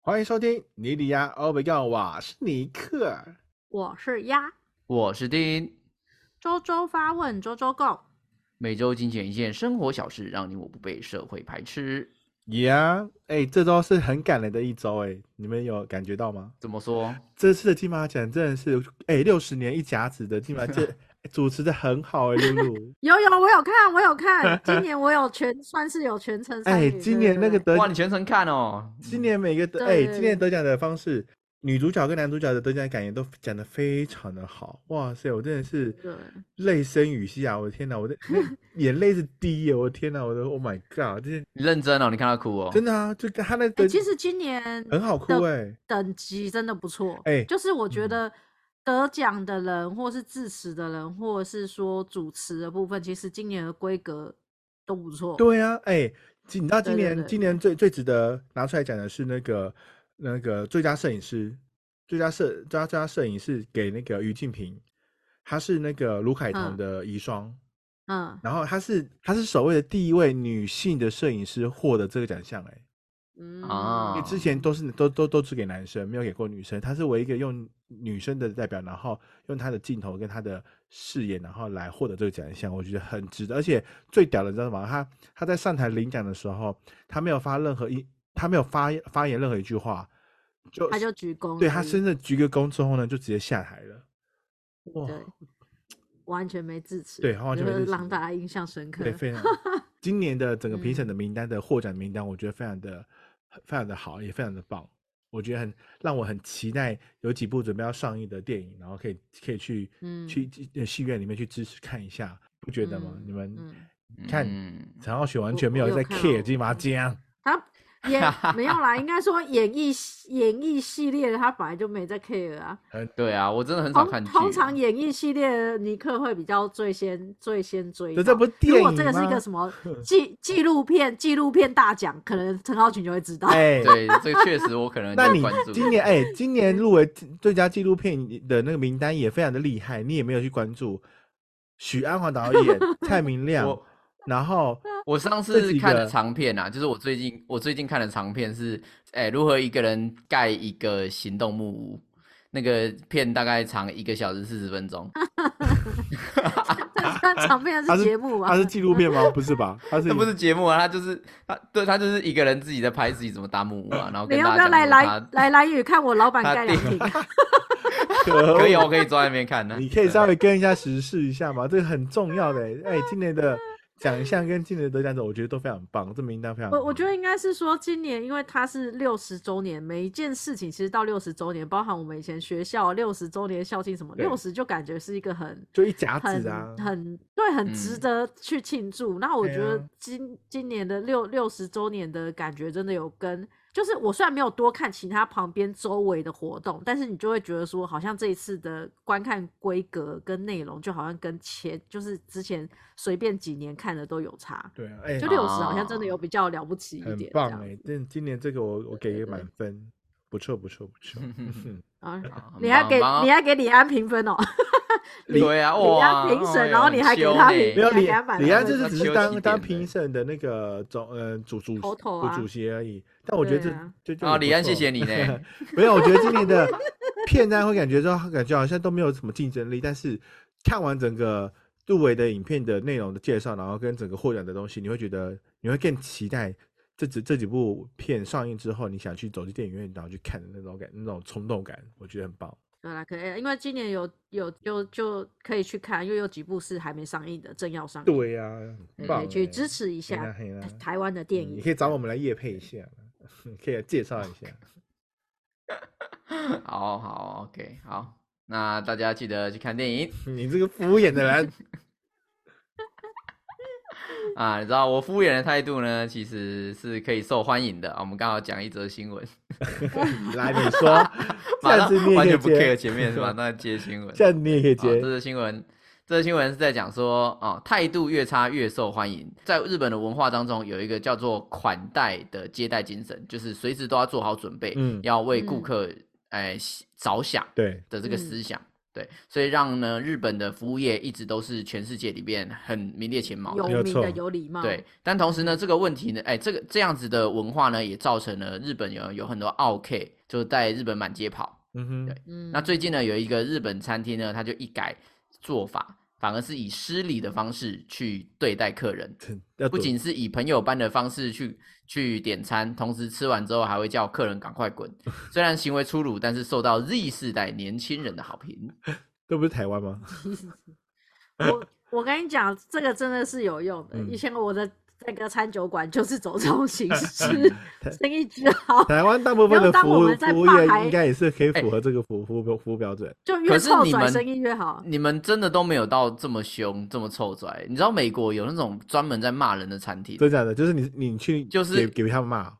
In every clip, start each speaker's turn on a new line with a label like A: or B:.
A: 欢迎收听尼里亚欧比亚，我是尼克。
B: 我是鸭，
C: 我是丁，
B: 周周发问，周周 go。
C: 每周精选一件生活小事，让你我不被社会排斥。
A: 呀，哎，这周是很感人的一周，哎，你们有感觉到吗？
C: 怎么说？
A: 这次的金马奖真的是，哎，六十年一甲子的 金马奖主持的很好，哎，露露。
B: 有有，我有看，我 有看，今年我有全算是有全程参与。
A: 哎，
B: 对
A: 今年那个
B: 对对
A: 得
C: 哇，你全程看哦！
A: 今年每个得
B: 对
A: 哎，
B: 对
A: 今年得奖的方式，女主角跟男主角的得奖感言都讲得非常的好，哇塞，我真的是
B: 对哎
A: 泪声雨下，我的天哪， 我的那眼泪是滴耶，我的天哪，我的 Oh my God，这是
C: 你认真哦，你看他哭哦。
A: 真的啊，就跟他那
B: 哎、
A: 个
B: 其实今年
A: 很好哭
B: 的
A: 哎，
B: 等级真的不错，
A: 哎
B: 就是我觉
A: 嗯
B: 得得奖的人，或是致辞的人，或者是说主持的部分，其实今年的规格都不错。
A: 对啊，哎，今你知道今
B: 对对
A: 年
B: 对
A: 今年最最值得拿出来讲的是那个那个最佳摄影师，最佳摄最佳最佳摄影师给那个于静平，她是那个卢凯彤
B: 嗯
A: 的遗孀。
B: 嗯
A: 然后她是她是首位的第一位女性的摄影师获得这个奖项、欸，
B: 嗯
A: 因
C: 啊
A: 为之前都是都都都只给男生，没有给过女生，她是唯一一个用女生的代表，然后用她的镜头跟她的视野，然后来获得这个奖项，我觉得很值得。而且最屌的，你知道吗？她她在上台领奖的时候，她没有发任何一，她没有发发言任何一句话，就
B: 他就鞠躬而已，
A: 对她真的鞠个躬之后呢，就直接下台了。哇，
B: 对完全没致辞，
A: 对她完全没
B: 就是
A: 致辞
B: 让大家印象深刻。嗯
A: 对，非常。今年的整个评审的名单的获奖名单，我觉得非常的、非常的好，也非常的棒。我觉得很让我很期待，有几部准备要上映的电影，然后可以可以去、
B: 嗯
A: 去呃戏院里面去支持看一下，不觉得吗？
B: 嗯
A: 你们
B: 嗯
A: 看
C: 嗯
A: 陈浩雪完
B: 我
A: 全没
B: 我
A: 有
B: 有
A: 在
B: 看
A: care
B: 哦
A: 金马奖，
B: 他也没有啦，应该说演艺系演艺系列的他本来就没在 care 啊。
C: 对啊，我真的很少看
B: 通
C: 剧。啊
B: 通常演艺系列的尼克会比较最先最先追
A: 这
B: 到。
A: 这不是电
B: 如
A: 影
B: 果
A: 吗？
B: 这个是一个什么纪纪录片纪录片大奖，可能陈浩群就会知道。
A: 哎，
C: 对这个确实我可能
A: 那
C: 就
A: 你
C: 关注。
A: 今年哎、今年入围最佳纪录片的那个名单也非常的厉害，你也没有去关注许鞍华导 演、蔡明亮
C: 我，
A: 然后
C: 我上
A: 这
C: 次
A: 几
C: 看
A: 个
C: 的长片啊，就是我最近我最近看的长片是，哎，如何一个人盖一个行动木屋。那个片大概长一个小时四十分钟，
B: 但长片
A: 他
B: 是
A: 是
B: 节目啊
A: 它，是纪录片吗？不是吧？它是
C: 那不是节目啊，他就是他，对他就是一个人自己在拍自己怎么搭木屋 啊，然后
B: 你
C: 跟
B: 要
C: 大
B: 不
C: 家
B: 要
C: 讲
B: 来
C: 说
B: 来
C: 他
B: 来来雨看我老板
C: 他啊
B: 盖
C: 定
B: 凉亭？
C: 可
A: 可
B: 哦
C: 以，我哦可以坐在那边看啊呢。
A: 你可以稍
B: 啊
A: 微跟一下时事一下嘛，这个很重要的、哎、今年的奖项跟今年的得奖者，我觉得都非常棒，这名单非常
B: 我
A: 棒。
B: 我觉得应该是说，今年因为它是六十周年，每一件事情其实到六十周年，包含我们以前学校六十周年校庆什么，
A: 对
B: 六十就感觉是一个很
A: 就一甲子
B: 很
A: 啊，
B: 很对，很值
C: 嗯
B: 得去庆祝。那我
A: 对
B: 觉得
A: 啊
B: 今今年的六六十周年的感觉真的有跟，就是我虽然没有多看其他旁边周围的活动，但是你就会觉得说，好像这一次的观看规格跟内容，就好像跟前就是之前随便几年看的都有差。
A: 对啊，哎、
B: 就六十好像真的有比较了不起一
A: 很
B: 点，这
A: 棒
B: 样
A: 哎、
B: 子
A: 但今年这个我我给
B: 对
A: 个
B: 对
A: 满分，不错不错不 错。
B: 啊
C: 啊很
B: 你还
C: 棒
B: 给
C: 很棒
B: 你还给李安评分哦，
C: 对啊，
B: 李
C: 哇，
B: 安评审，
C: 哎呦
B: 然后你还给他评，
A: 没有
B: 你还
A: 李
B: 给他满
A: 李安，
B: 分
A: 这是
C: 他
A: 只
C: 休
A: 是
C: 息
A: 当当
C: 点的
A: 评审的那个总呃主主
B: 头头
A: 主
B: 啊
A: 主席而已。但我觉得这
B: 对啊
A: 这就
C: 啊，李安，谢谢。你呢。
A: 没有，我觉得今年的片单会感觉到感觉好像都没有什么竞争力，但是呃看完整个入围的影片的内容的介绍，然后跟整个获奖的东西，你会觉得你会更期待这几这几部片上映之后，你想去走进电影院然后去看的那种感那种冲动感，我觉得很棒。
B: 对啦，可以，因为今年有有就就可以去看，因为有几部是还没上映的，正要上映，
A: 对呀、很棒、
B: 可以嗯去
A: 欸
B: 支持一
A: 嘿啦
B: 下
A: 嘿啦
B: 台台湾的电
A: 嗯
B: 影。
A: 你可以找我们来夜配一下，可以来介绍一下。
C: 好好，OK，好，那大家记得去看电影
A: 你这个敷衍的人，
C: 啊。你知道我敷衍的态度呢，其实是可以受欢迎的。啊我们刚好讲一则 新闻，
A: 来你 说，这
C: 马
A: 样
C: 上
A: 子你也
C: 完
A: 可以
C: 全不
A: 接，
C: care 前面是吧？那接新闻，
A: 这样你也可以
C: 好，哦
A: 接。
C: 这则新闻，这则新闻是在讲说，哦，态度越差越受欢迎。在日本的文化当中，有一个叫做款待的接待精神，就是随时都要做好准备，
A: 嗯
C: 要为顾
B: 嗯
C: 客哎、着想
A: 对，
C: 的这个
B: 嗯
C: 思想。对，所以让呢日本的服务业一直都是全世界里面很名列前茅的。
A: 嗯
B: 有啊
A: 没有
B: 名
A: 错
B: 的有礼貌，
C: 对，，但同时呢，这个问题呢，哎，这个这样子的文化呢，也造成了日本有有很多奥 K，就是在日本满街跑。
A: 嗯哼
C: 对，
B: 嗯，
C: 那最近呢，有一个日本餐厅呢，它就一改做法，反而是以失礼的方式去对待客人，
A: 真要
C: 不
A: 躲
C: 仅是以朋友般的方式去去点餐，同时吃完之后还会叫客人赶 快滚。虽然行为粗鲁，但是受到 Z 世代年轻人的好评。
A: 这不是台湾 吗？
B: 我我跟你讲，这个真的是有用的。
A: 嗯
B: 以前我的那个餐酒馆就是走这种 形式，生意之好，
A: 台湾大部分的
B: 不用当
A: 服
B: 我
A: 务
B: 们在
A: 服务
B: 霸
A: 业
B: 还
A: 应该也是可以
C: 哎
A: 符合这个服服务服务标准。
B: 就
C: 可
B: 越
C: 是
B: 臭
C: 你
B: 拽
C: 们
B: 生意越
A: 啊
B: 好。
C: 你们真的都没有到这么凶、这么臭拽。你知道美国有那种专门在骂人的餐厅，
A: 真假的，就是你你去
C: 就是
A: 给给他们骂，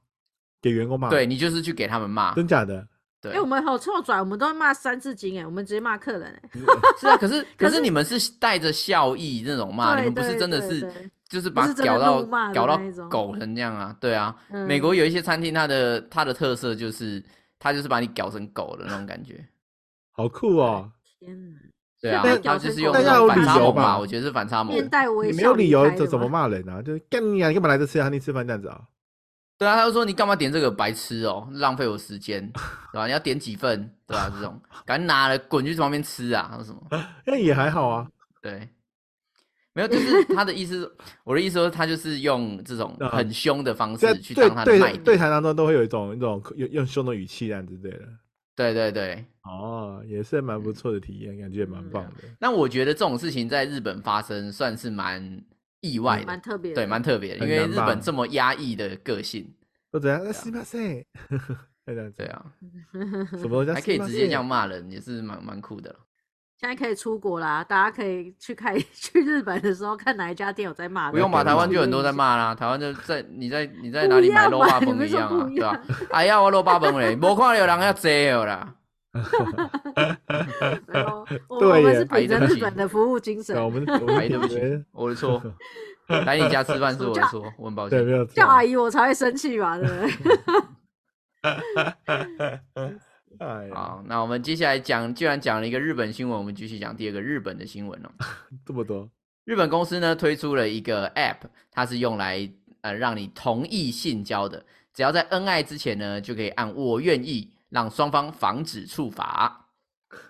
A: 给员工骂，
C: 对，你就是去给他们骂。
A: 真假的，
C: 对
B: 哎、，我们好臭拽，我们都会骂三字经，哎，我们直接骂客人，哎，
C: 是啊，可是
B: 可
C: 可
B: 是
C: 是你们是带着笑意那种骂，
B: 对
C: 你们不是
B: 对
C: 真的
B: 对
C: 是
B: 对
C: 就是
B: 不
C: 把
B: 是真的
C: 搞到
B: 怒骂的
C: 搞到
B: 那一种
C: 狗成这样啊？对啊，
B: 嗯
C: 美国有一些餐厅，它的它的特色就是它就是把你搞成狗的那种感觉。
A: 好酷哦！
B: 嗯天哪，
C: 对啊
A: 但，
C: 它就是用
B: 但
C: 那
A: 要有
C: 种反
A: 理
C: 差
A: 由
C: 萌
A: 吧
C: 吧，我觉得是反差萌。
B: 面带微
A: 你
B: 笑，
A: 没有理由怎怎么？骂人啊？就是干你啊！你干嘛来这吃啊？你吃饭这样子啊？
C: 对啊，他就说你干嘛点这个白痴哦，浪费我时间，对吧？你要点几份，对吧、这种赶紧拿了滚去旁边吃啊，还有什么？
A: 那也还好啊，
C: 对，没有，就是他的意思是，我的意思说他就是用这种
A: 啊
C: 很凶的方
A: 在
C: 式去
A: 对
C: 当他的卖
A: 对
C: 点。
A: 对谈当中都会有一种一种用用凶的语气这样子对的。
C: 对对对，
A: 哦，也是蛮
C: 嗯
A: 不错的体验，感觉也蛮
B: 嗯
A: 棒的。
C: 那我觉得这种事情在日本发生算是蛮意外
B: 蛮
C: 的，
B: 特别的，
C: 对，蛮特别的，
A: 嗯很
C: 因为
A: 难
C: 日
A: 吧
C: 本这么压抑的个性，
A: 都怎样？哎那是不是？ 这样
C: 啊
A: 子，
C: 对啊，
A: 什么叫
C: 还可以直接这样
A: 吗？
C: 骂人，也是蛮蛮酷的。
B: 现在可以出国啦，大家可以去看 去日本的时候看哪一家店有在骂人。
C: 不用吧，
A: 感觉
C: 台湾就很多在骂啦，台湾就在 你在你在哪里买肉霸
B: 不
C: 粉
B: 一
C: 一
B: 样
C: 样
B: 嘛你
C: 啊，
B: 们说不一
C: 对吧、
B: 样
C: 啊？哎呀，我肉霸粉嘞，无看到有人要这了啦。
B: 哎 呦，我
A: 对
B: 我们
A: 耶
B: 是本着
C: 哎对不
B: 日
C: 起
B: 本的服务精神
A: 对，，啊我们我们
C: 哎，对不起，我 的错。来你家吃饭是我的错，我很抱
A: 对没
C: 歉。
A: 有错
B: 叫阿姨我才会生气嘛，对不对？
A: 哎呀，
C: 好，那我们接下来讲，既然讲了一个日本新闻，我们继续讲第二个日本的新闻哦。
A: 这么多，
C: 日本公司呢推出了一个 App，它是用来呃让你同意性交的，只要在恩爱之前呢，就可以按我愿意，让双方防止触法。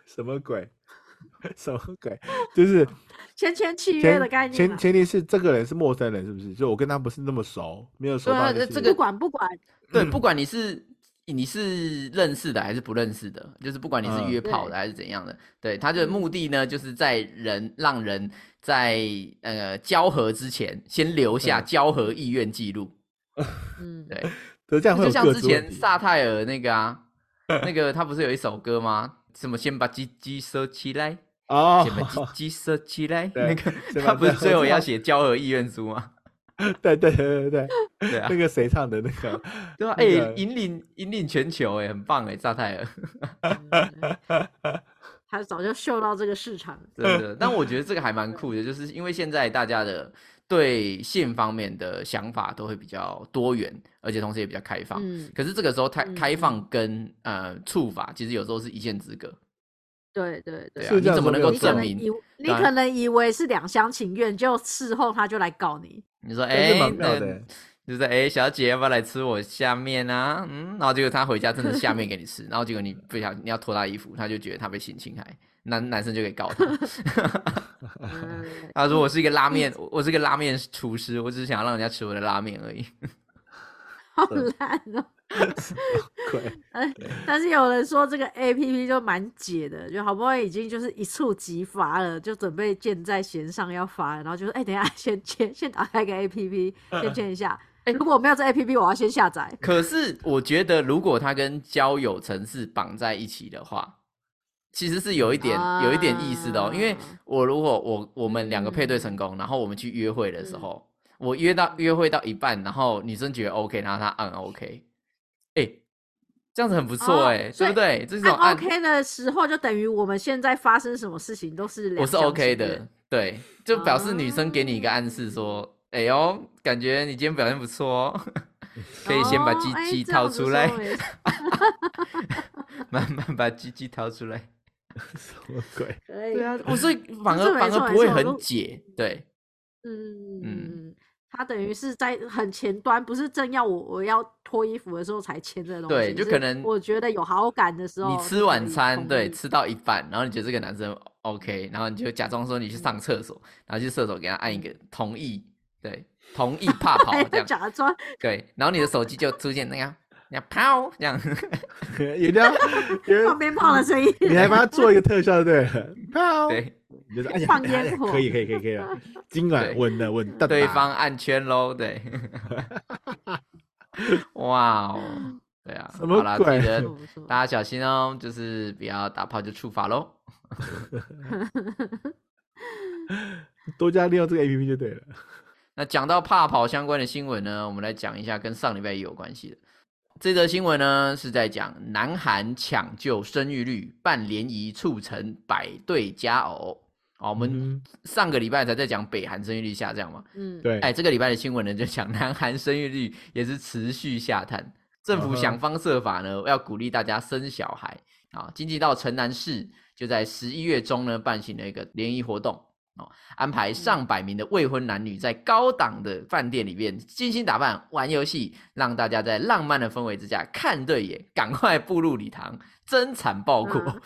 A: 什么鬼？ 什么鬼？就是
B: 签签 契约的概
A: 前
B: 念啊
A: 前
B: 啦。
A: 前提是这个人是陌生人，是不是？就我跟他不是那么熟，没有熟
C: 对啊
A: 到你
C: 这
A: 是
C: 这
B: 不
C: 个
B: 管不管，
C: 对，不管你是你是认识的还是不认识的，就是不管你
A: 嗯
C: 是约炮的还是怎样的，对它的目的呢，就是在人让人在呃交合之前先留下
A: 嗯
C: 交合意愿记录。
B: 嗯，
C: 对，
A: 对这样会
C: 就
A: 有
C: 像
A: 各
C: 之
A: 自
C: 前
A: 问题。
C: 萨泰尔那个 啊，那个他不是有一首歌吗？什么先把鸡鸡收起来，
A: 哦
C: 先，把鸡鸡收起来，
A: 对
C: 那个
A: 先把
C: 他不是
A: 鸡
C: 最后
A: 收
C: 要
A: 起
C: 写交合意愿 书吗？
A: 对对对对 对，
C: 对啊
A: 那，个谁唱的那个？
C: 对啊，
A: 那
C: 哎
A: 个，
C: 引领引领全球，哎，很棒哎，萨泰尔。 嗯
B: 他嗯早就嗅到这个市场了。
C: 真的。但我觉得这个还蛮酷的，就是因为现在大家的对性方面的想法都会比较多元，而且同时也比较开放。
B: 嗯，
C: 可是这个时候开
B: 嗯
C: 开放跟呃触法，其实有时候是一线之隔。
B: 对对
C: 对
B: 对。
C: 啊，
A: 是
C: 你
A: 这样
C: 怎么
A: 说没
C: 能
A: 有
C: 够
B: 你可
C: 证
B: 能
C: 明啊
B: 以？你
C: 当然
B: 可能以为是两厢情愿，就事后他就来告 你。
C: 你说
A: 真
C: 哎
A: 是，蛮妙
C: 那
A: 的。欸
C: 就是哎、小姐要不要来吃我下面啊？嗯，然后结果他回家真的下面给你吃，然后结果你不小心你要脱他衣服，他就觉得他被性侵害，男男生就可以告他。
B: 嗯，
C: 他说我是一个拉面，我我是一个拉面厨师，我只是想要让人家吃我的拉面而已。
B: 好烂哦。
A: 鬼，
B: 但但是有人说这个 A P P 就蛮解的，就好不容易已经就是一触即发了，就准备箭在弦上要发了，然后就说：“哎、等一下，先签，先打开个 A P P，先签一下。
C: 哎
B: 如果我没有这 A P P，我要先下载。
C: 可是我觉得，如果它跟交友城市绑在一起的话，其实是有一点、有一点意思的哦。因为
B: 啊
C: 我如果我我们两个配
B: 嗯
C: 对成功，然后我们去约会的时候，我约到约会到一半，然后女生觉得 OK，然后她按 OK，哎、这样子很不错
B: 哦
C: 哎、
B: 所
C: 对
B: 以
C: 不对？这是一种
B: 按 OK 的时候，就等于我们现在发生什么事情都是两
C: 我是
B: 厢
C: OK
B: 情
C: 的
B: 愿，，
C: 对，就表示女生给你一
B: 哦
C: 个暗示说，哎呦，感觉你今天表现不错哦， 可以先把
B: 哦
C: 鸡
B: 哎
C: 鸡
B: 这样
C: 掏
B: 子
C: 出
B: 说
C: 来。
B: 也是
C: 慢慢把鸡鸡掏出来。
A: 什么鬼？
B: 可以
C: 对，啊， 我所以反
B: 这
C: 而
B: 没
C: 反
B: 错
C: 而
B: 没
C: 不会
B: 错
C: 很
B: 如
C: 解，对，
B: 嗯
C: 嗯
B: 嗯，他等于是在很前端，不是正要我我要脱衣服的时候才签的东西，
C: 对就是可能
B: 我觉得有好感的时候，
C: 你吃
B: 就
C: 晚
B: 可以
C: 餐，
B: 同
C: 对，
B: 意
C: 吃到一半，然后你觉得这个男生 OK，然后你就假装说你去上厕所，然后去厕所给他按一个同意，对，同意怕跑
B: 还
C: 这
B: 要
C: 样，
B: 假装
C: 对，然后你的手机就出现那样，那样抛这样，
A: 一定要，因为
B: 放 鞭炮的声音，
C: 嗯
A: 你还帮他做一个特效，对了，啪，
C: 对，
A: 你 就是哎呀，
B: 放
A: 哎呀
B: 烟
A: 哎呀
B: 火
A: 可以可以可以可以了，今晚
C: 对
A: 稳了稳当
C: 对
A: 当
C: 方按圈喽， 对，哇哦，对啊，
A: 什么
C: 好啦，记
A: 鬼
C: 得
B: 不错不错
C: 大家小心哦，就是不要打炮就触发喽。
A: 多加利用这个 A P P 就对了。
C: 那讲到怕跑相关的新闻呢，我们来讲一下跟上礼拜也有关系的。这则新闻呢是在讲南韩抢救生育率，办联谊促成百对佳偶。好，我们
A: 嗯
C: 上个礼拜才在讲北韩生育率下降嘛，
B: 嗯，
A: 对，
C: 哎，这个礼拜的新闻呢就讲南韩生育率也是持续下探，政府
A: 嗯哼
C: 想方设法呢要鼓励大家生小孩啊。经济到城南市就在十一月中呢办行了一个联谊活动哦，安排
B: 嗯
C: 上百名的未婚男女在高档的饭店里面精心打扮、玩游戏，让大家在浪漫的氛围之下看对眼，赶快步入礼堂，真惨爆哭。
B: 嗯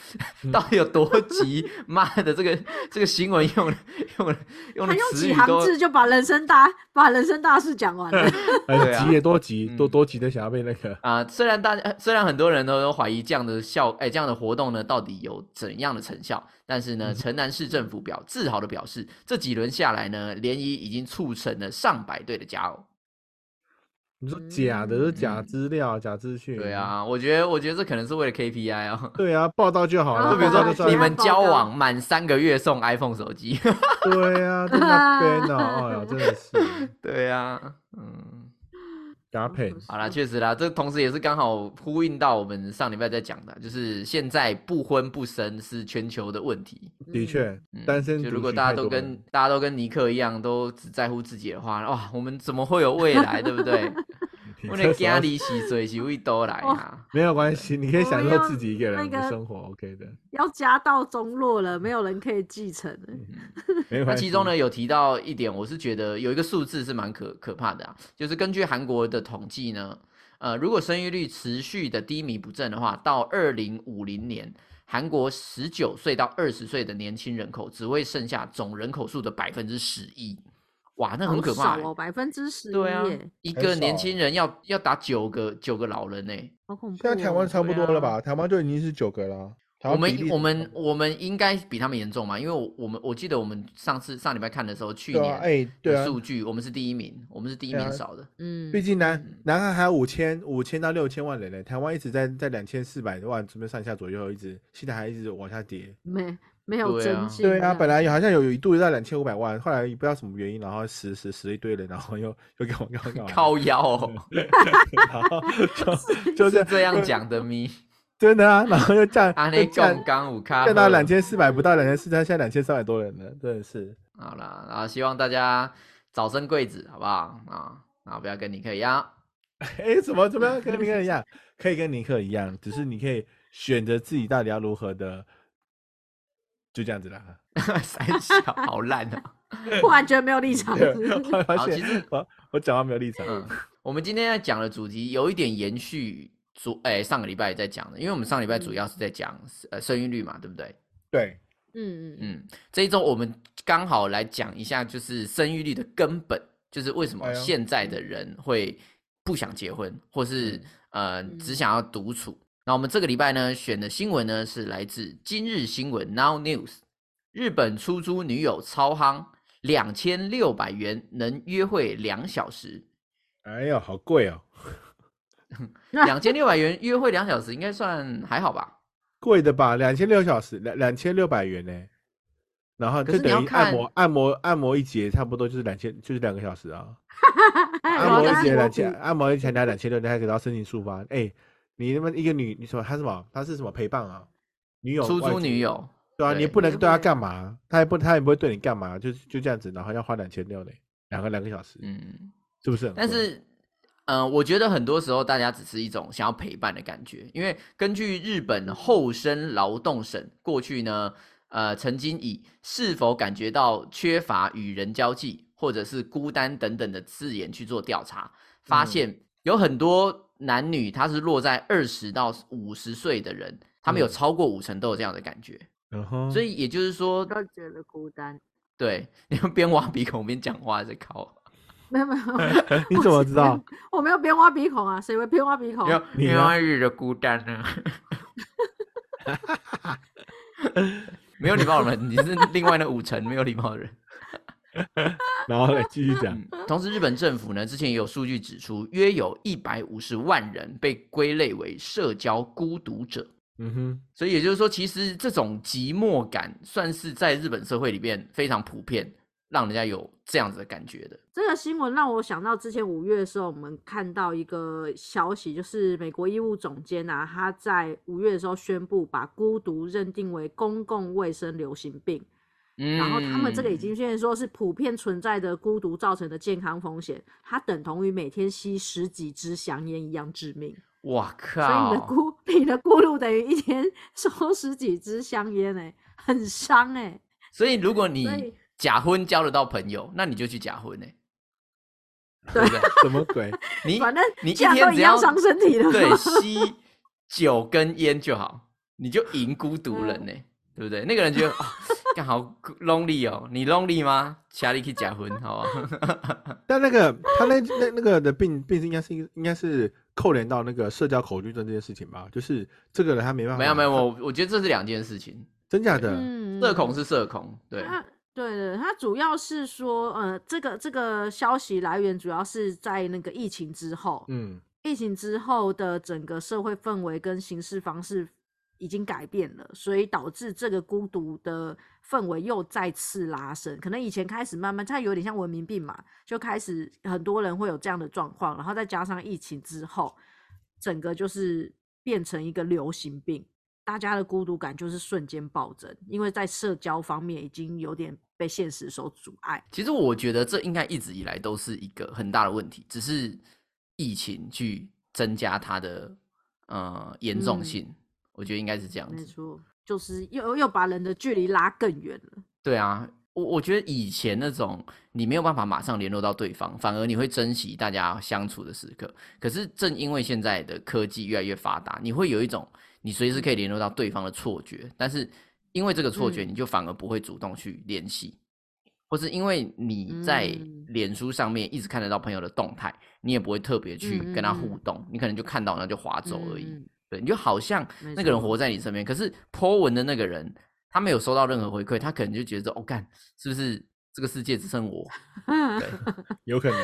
C: 到底有多急？ 妈的，这个这个新闻用的用的用
B: 他
C: 的
B: 用
C: 词
B: 几
C: 语
B: 行
C: 都
B: 字就把人生大 把人生大事讲完了，
A: 很
C: 对啊
A: 哎急也多急，
C: 嗯
A: 多多急的想要被那个，
C: 啊、虽然大家虽然很多人都都怀疑这样的效，哎，这样的活动呢，到底有怎样的成效？但是呢，城南市政府表自豪的表示，这几轮下来呢，联谊已经促成了上百对的佳偶。
A: 你说假的，
B: 嗯
A: 是假资料、假资讯。
C: 对，啊，我觉得我觉得这可能是为了 KPI 哦。
A: 对啊，报道就好
B: 然
A: 了。
B: 后
C: 就比如
A: 报道就
C: 说
A: 算了
C: 你们
B: 报
C: 交
B: 告
C: 往满三个月送 iPhone 手机。
A: 对啊， 在那边呢，哎呀，真的是
C: 对啊，嗯，
A: 搭 配。
C: 好啦，确实啦，这同时也是刚好呼应到我们上礼拜在讲的，就是现在不婚不生是全球的问题。
A: 的确，单身
C: 嗯就
A: 族
C: 如果
A: 群
C: 大家
A: 太
C: 都
A: 多了
C: 跟大家都跟尼克一样，都只在乎自己的话，哇，我们怎么会有未来，对不对？
A: 你
C: 我
A: 这
C: 的
A: 时候
C: 家里洗水洗胃都来啊，
A: 没有关系，你可以
B: 我
A: 享
B: 们
A: 受
B: 要
A: 自己一个
B: 那
A: 人的
B: 个
A: 生活，OK 的，
B: 要家道中落了，没有人可以继承了。
C: 嗯
A: 没有
C: 那
A: 关系。
C: 其中呢有提到一点，我是觉得有一个数字是蛮可可怕的啊，就是根据韩国的统计呢，呃，如果生育率持续的低迷不振的话，到二零五零年，韩国十九岁到二十岁的年轻人口只会剩下总人口数的百分之十一，哇，那很
B: 好
C: 可怕、欸
B: 少哦，百分之十
C: 对啊
B: 一耶，
C: 一
A: 很
C: 个年
A: 少
C: 轻人要要打九个九个老人呢、
B: 好恐怖哦。
A: 现在台湾差不多了
C: 对
A: 吧？台湾就已经是九个了。啊台
C: 我
A: 湾比
C: 们
A: 例
C: 我们我们应该比他们严重嘛？因为我我们我记得我们上次上礼拜看的时候，去
A: 对啊，
C: 年
A: 哎，对
C: 的
A: 啊，
C: 数据我们是第一名，我们是第一
A: 对啊
C: 名少的。
B: 嗯，
A: 毕竟南南韩还有五千五千到六千万人呢，台湾一直在在两千四百万这边上下左右，一直现在还一直往下跌。
B: 没没有
C: 对啊
B: 增进这
A: 对
B: 样。
A: 啊，本来有好像有有一度到两千五百万，后来不知道什么原因，然后死死死一堆人，然后又又给我干嘛干嘛，
C: 靠 腰哦，
A: 然后就 就是
C: 这样讲 的咪，
A: 真的啊，然后又降
C: 阿
A: 又
C: 内
A: 降
C: 杠杠五咖
A: 降到
C: 喝
A: 两千四百不到两千四，但现在两千三百多人了，真的是。
C: 好啦，然后希望大家早生贵子，好不好啊？啊，不要跟尼克一样。
A: 哎，怎么怎么样跟尼克一样？可以跟尼克一样，只是你可以选择自己到底要如何的，就这样子啦。
C: 三小好烂哦。
B: 忽然觉得没有立场。
A: 后来发
C: 好其
A: 现
C: 实
A: 我我讲话没有立场，
C: 嗯，我们今天要讲的主题有一点延续昨哎、上个礼拜在讲的，因为我们上礼拜主
B: 嗯
C: 要是在讲呃生育率嘛，对不对？
A: 对，
B: 嗯嗯，
C: 嗯，这一周我们刚好来讲一下，就是生育率的根本，就是为什么
A: 哎呦
C: 现在的人会不想结婚，或是呃
B: 嗯
C: 只想要独处。那我们这个礼拜呢选的新闻呢是来自今日新闻 Now News，日本出租女友超夯，两千六百元能约会两小时，
A: 哎呦，好贵哦，
C: 两千六百元约会两小时应该算还好吧？
A: 贵的吧？两千六小时，两两千六百元呢。然后就
C: 可
A: 是
C: 你要
A: 等于按摩
C: 看
A: 按摩按摩一节，差不多就是两千，就是两个小时啊。
B: 按
A: 按摩
B: 跟
A: 一节
B: 按摩
A: 两
B: 比
A: 千，按摩一节才两千六，你还给他申请处罚。哎，你他妈一个女，你说她什么？她是什么陪伴啊？女友
C: 出
A: 外
C: 租
A: 籍
C: 女友，
A: 对啊，你也
C: 对
A: 不能
B: 约
A: 对她
B: 会
A: 干嘛，她也不她也不会对你干嘛，就就这样子，然后要花两千六嘞，两个两个小时，
C: 嗯，
A: 是不是很贵？
C: 但是嗯、我觉得很多时候大家只是一种想要陪伴的感觉，因为根据日本厚生劳动省过去呢，呃，曾经以是否感觉到缺乏与人交际或者是孤单等等的字眼去做调查，发
A: 嗯
C: 现有很多男女他是落在二十到五十岁的人，他们有
A: 嗯
C: 超过五成都有这样的感觉，
A: 然后
C: 所以也就是说，
B: 都觉得孤单。
C: 对， 你们边挖鼻孔边讲话在靠。
B: 没有没有，没有
A: 你怎么知道？
B: 我没有边挖鼻孔啊，谁会边挖鼻孔？
C: 因为
A: 你
C: 因
A: 呢
C: 为日的孤单呢、啊。没有礼貌的人，你是另外那五成没有礼貌的人。
A: 然后来继续讲，
C: 嗯，同时日本政府呢，之前也有数据指出，约有一百五十万人被归类为社交孤独者。
A: 嗯哼，
C: 所以也就是说，其实这种寂寞感算是在日本社会里面非常普遍，让人家有这样子的感觉的。
B: 这个新闻让我想到之前五月的时候，我们看到一个消息，就是美国医务总监啊，他在五月的时候宣布把孤独认定为公共卫生流行病，
C: 嗯，
B: 然后他们这个已经现在说是普遍存在的孤独造成的健康风险，它等同于每天吸十几支香烟一样致命。
C: 哇
B: 所以你的
C: 靠，
B: 孤 你的孤独等于一天 抽十几支香烟哎、很伤哎、
C: 所以如果
B: 所
C: 你
B: 以
C: 假婚交得到朋友，那你就去假婚呢、
B: 对
C: 不对？
A: 什么鬼？
C: 你
B: 反正
C: 你一
B: 既然
C: 天
B: 都
C: 只
B: 一样
C: 要
B: 伤身体了
C: 对
B: 嘛
C: 吸酒跟烟就好，你就赢孤独人
B: 嗯
C: 呢、对不对？那个人觉得哦，干好孤 lonely 哦，你 lonely 吗？查理去假婚，好不好？
A: 但那个他那那那个的病病是应该是应该是扣连到那个社交恐惧症这件事情吧？就是这个人他没办法，
C: 没有没有，，我我觉得这是两件事情，
A: 真假的，
B: 嗯
C: 社恐是社恐，对，
B: 它对对，它主要是说，呃，这个这个消息来源主要是在那个疫情之后，
A: 嗯
B: 疫情之后的整个社会氛围跟行事方式已经改变了，所以导致这个孤独的氛围又再次拉升。可能以前开始慢慢，它有点像文明病嘛，就开始很多人会有这样的状况，然后再加上疫情之后，整个就是变成一个流行病，大家的孤独感就是瞬间暴增，因为在社交方面已经有点被现实所阻碍。
C: 其实我觉得这应该一直以来都是一个很大的问题，只是疫情去增加它的呃严重
B: 嗯
C: 性，我觉得应该是这样
B: 没
C: 子。
B: 错，就是又又把人的距离拉更远了。
C: 对啊，我我觉得以前那种你没有办法马上联络到对方，反而你会珍惜大家相处的时刻。可是正因为现在的科技越来越发达，你会有一种你随
B: 嗯
C: 时可以联络到对方的错觉，但是因为这个错觉，
B: 嗯
C: 你就反而不会主动去联系，或是因为你在
B: 嗯
C: 脸书上面一直看得到朋友的动态，你也不会特别去跟他
B: 嗯嗯嗯
C: 互动，你可能就看到然后就划走而已。
B: 嗯
C: 对，你就好像
B: 没
C: 那个人
B: 错
C: 活在你身边，可是 Po 文的那个人他没有收到任何回馈，他可能就觉得哦，干是不是这个世界只剩我？
B: 嗯
C: 对
A: 有 可能。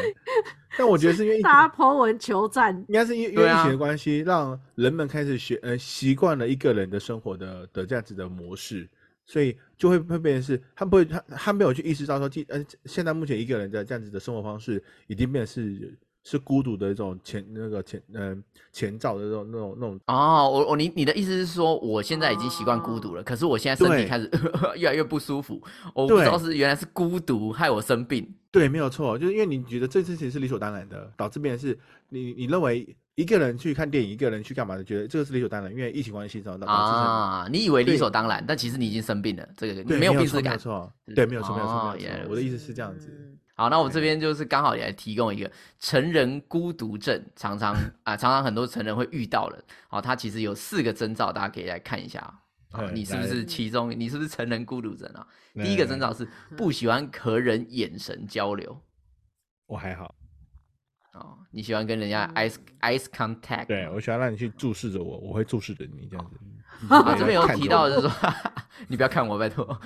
A: 但我觉得是因为疫情
B: 大家 po 文求战，
A: 应该是因为因为
C: 对
A: 疫
C: 啊
A: 情的关系，让人们开始学呃习惯了一个人的生活的的这样子的模式，所以就会会变成是他不会他他没有去意识到说，既呃现在目前一个人的这样子的生活方式已经变成是是孤独的一种前那个前嗯、前兆的那种那种那种
C: 哦，我我你你的意思是说，我现在已经习惯孤独了，可是我现在身体
A: 对
C: 开始 越来越不舒服，我不知
A: 对
C: 道是原来是孤独害我生病。
A: 对，没有错，就是因为你觉得这件事情是理所当然的，导致变成是你你认为一个人去看电影，一个人去干嘛的，觉得这个是理所当然，因为疫情关系，然后导导致成、
C: 啊，你以为理
A: 对
C: 所当然，但其实你已经生病了，这个
A: 对
C: 没有
A: 有
C: 病
A: 错
C: 耻
A: 没有
C: 感。
A: 错，
C: 是
A: 对，没有错，没有
C: 哦
A: 错，没
C: 原
A: 有
C: 来
A: 错，
C: 如
A: 我的意思是这样子。
B: 嗯
C: 好，那我这
A: 对
C: 边就是刚好也来提供一个成人孤独症，常常啊，常常很多成人会遇到了。好、它其实有四个征兆，大家可以来看一下啊、好
A: 嘿
C: 你是不
A: 来
C: 是其中？你是不是成人孤独症啊？第一个征
A: 真
C: 兆是不喜欢和人眼神交流
A: 我还好，
C: 哦，你喜欢跟人家 eyes eyes
A: 嗯
C: contact
A: 对
C: 吗
A: 我喜欢让你去注视着我，我会注视着你这样子。
C: 啊， 这边有提到，就是说， 你不要看我，拜托。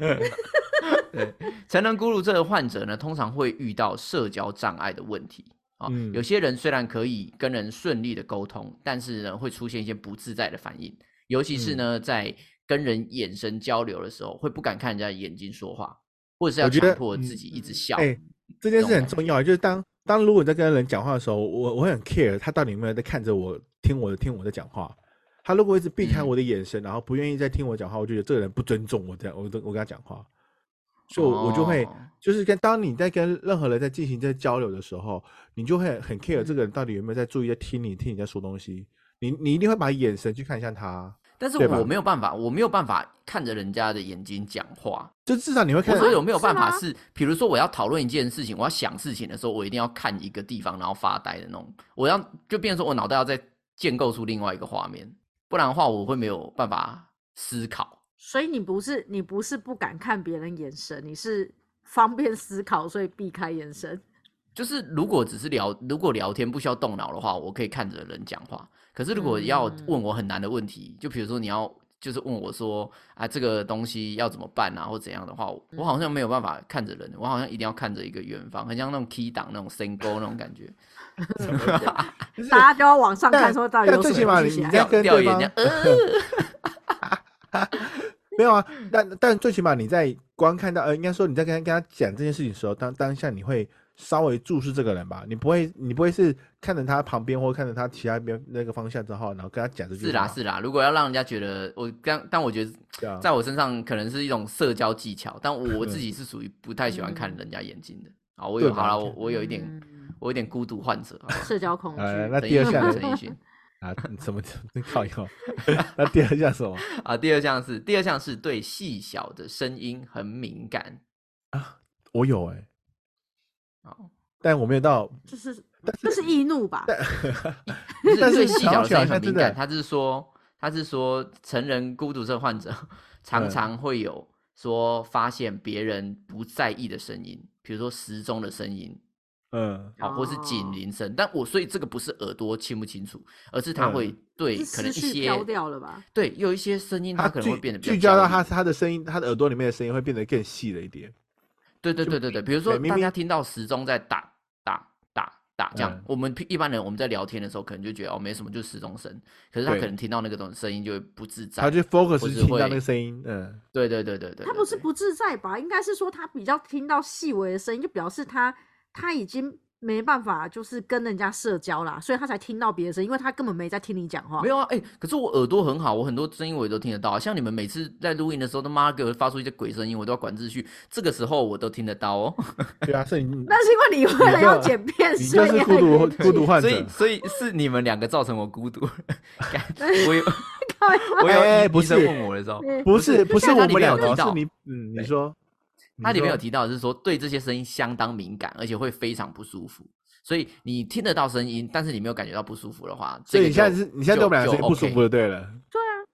C: 对，成人孤独症的患者呢，通常会遇到社交障碍的问题啊、
A: 嗯
C: 有些人虽然可以跟人顺利的沟通，但是呢，会出现一些不自在的反应，尤其是
A: 嗯
C: 呢，在跟人眼神交流的时候，会不敢看人家的眼睛说话，或者是要
A: 我觉得
C: 强迫自己一直笑。
A: 哎，这件事很重要，就是当当如果你在跟人讲话的时候，我我会很 care 他到底有没有在看着我，听我的听我在讲话。他如果一直避开
C: 嗯
A: 我的眼神，然后不愿意再听我讲话，我就觉得这个人不尊重我这样，我都我跟他讲话。所以我我就会
C: 哦
A: 就是跟当你在跟任何人在进行这交流的时候，你就会很 care
C: 嗯
A: 这个人到底有没有在注意在听你听你在说东西，你你一定会把眼神去看向他，
C: 但是
A: 对吧
C: 我没有办法，我没有办法看着人家的眼睛讲话。
A: 就至少你会
C: 我
A: 看
C: 所以我没有办法
B: 是吗
C: 是，比如说我要讨论一件事情，我要想事情的时候，我一定要看一个地方，然后发呆的那种。我要就变成说我脑袋要再建构出另外一个画面，不然的话我会没有办法思考。
B: 所以你不是你不是不敢看别人眼神，你是方便思考，所以避开眼神。
C: 就是如果只是聊，如果聊天不需要动脑的话，我可以看着人讲话。可是如果要
B: 嗯
C: 问我很难的问题，就比如说你要就是问我说啊这个东西要怎么办啊或怎样的话，
A: 嗯
C: 我好像没有办法看着人，我好像一定要看着一个远方，很像那种 key 档那种 s e n g o 那种感觉，
A: 就是
B: 大家就要往上
A: 但
B: 看，说到底
A: 但
B: 有什
A: 最
B: 么
A: 起码
B: 东 西
A: 你
B: 起来
A: 在
C: 掉
A: 跟
C: 掉
A: 对
C: 眼
A: 方
C: 睛，呃，
A: 没有啊，但但最起码你在观看到，呃，应该说你在跟他跟他讲这件事情的时候，当当下你会稍微注视这个人吧，你不会你不会是看着他旁边或看着他其他边那个方向之后，然后跟他讲这句话。
C: 是啦是啦。如果要让人家觉得我刚，但我觉得
A: 对啊嗯
C: 在我身上可能是一种社交技巧，但我自己是属于不太喜欢看人家眼睛的。啊，我有
A: 对吧
C: 好了，我我有一点，
B: 嗯
C: 我有一点孤独患者。好吧
B: 社交恐惧。
A: 呃 那
C: 陈
A: 第二
C: 奕迅
A: 项
C: 陈奕迅
A: 啊，什么 你靠腰？那第二项什么
C: 啊，第二项是第二项是对细小的声音很敏感。
A: 啊？我有哎、
C: 哦，
A: 但我没有到，
B: 这是
A: 但
B: 这是易怒吧？
C: 不是
A: 但是
C: 对细小的声音
A: 小真
C: 很敏
A: 的
C: 感，他是说他是说成人孤独症患者常
A: 嗯
C: 常会有说发现别人不在意的声音，比如说时钟的声音，
A: 嗯，
C: 好、或是
B: 哦
C: 警铃声。但我所以这个不是耳朵清不清楚，而是他
A: 嗯
C: 会对
B: 是
C: 可能
B: 思
C: 一
B: 绪
C: 些
B: 飘掉了吧？
C: 对有一些声音，
A: 他
C: 他可能会
A: 聚
C: 变得比较
A: 聚焦
C: 焦
A: 到
C: 虑
A: 他他的声音，他的耳朵里面的声音会变得更细了一点。
C: 对对
A: 就
C: 对对对，比如说
A: 对明
C: 大
A: 明
C: 家听到时钟在打打打打这样，
A: 嗯
C: 我们一般人我们在聊天的时候，可能就觉得哦没什么，就是时钟声。可是他
A: 对
C: 可能听到那个东声音就会不自在。
A: 他就 focus
C: 或是
A: 听到
C: 会
A: 那个声音，嗯，
C: 对对对对对，
B: 他
C: 对
B: 不是
C: 对
B: 不自在吧？应该是说他比较听到细微的声音，就表示他他已经没办法就是跟人家社交啦，所以他才听到别的声音，因为他根本没在听你讲话。
C: 没
B: 有，
C: 有啊，哎、可是我耳朵很好，我很多声音我也都听得到、啊。像你们每次在录音的时候，他妈给我发出一些鬼声音，我都要管秩序。这个时候我都听得到哦，
A: 对啊，所以你
B: 那是因为你为了要剪片，
A: 你就
B: 所以
A: 是孤独孤独患者
C: 所。以所以是你们两个造成我孤独。 干 我有
B: 很生气
C: 我有
A: 哎
C: 医
A: 不
C: 医生
A: 是
C: 问我的时候，
A: 不是不是
C: 它
A: 我
C: 里
A: 们
C: 面
A: 两
C: 有
A: 个，
C: 提到
A: 是你嗯，你
C: 对
A: 说，
C: 它里面有
A: 你说
C: 提到的是说对这些声音相当敏感，而且会非常不舒服。所以你听得到声音，但是你没有感觉到不舒服的话，
A: 所以
C: 这个
A: 你现在
C: 就是
A: 你现在对我们两个
C: 就
A: 声音不舒
C: OK
A: 服就对了。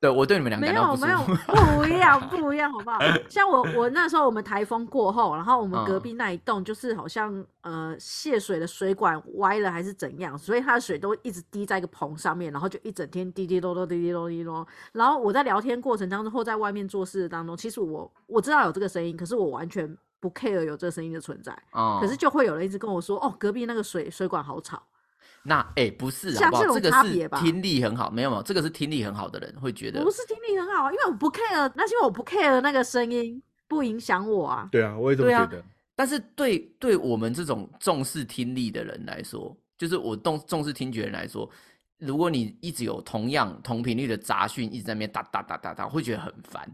C: 对我对你们两个
B: 没
C: 感到
B: 有
C: 不舒
B: 没有
C: 服。
B: 不一样不一样，好不好？像我我那时候我们台风过后，然后我们
C: 嗯
B: 隔壁那一栋就是好像呃泄水的水管歪了还是怎样，所以它的水都一直滴在一个棚上面，然后就一整天滴滴落落滴滴落滴落。然后我在聊天过程当中或在外面做事当中，其实我我知道有这个声音，可是我完全不 care 有这个声音的存在。
C: 哦
B: 可是就会有人一直跟我说，哦，隔壁那个水水管好吵。
C: 那哎、不是好
B: 像
C: 不好？
B: 这种
C: 这个
B: 差
C: 是
B: 别吧
C: 听力很好，没有没有，这个是听力很好的人会觉得
B: 不是听力很好啊，因为我不 care，那是因为我不 care 那个声音，不影响我啊。
A: 对啊，我也这么
C: 对
A: 觉
C: 啊
A: 得。
C: 但是对对我们这种重视听力的人来说，就是我重重视听觉人来说，如果你一直有同样同频率的杂讯一直在那边哒哒哒哒哒，会觉得很烦，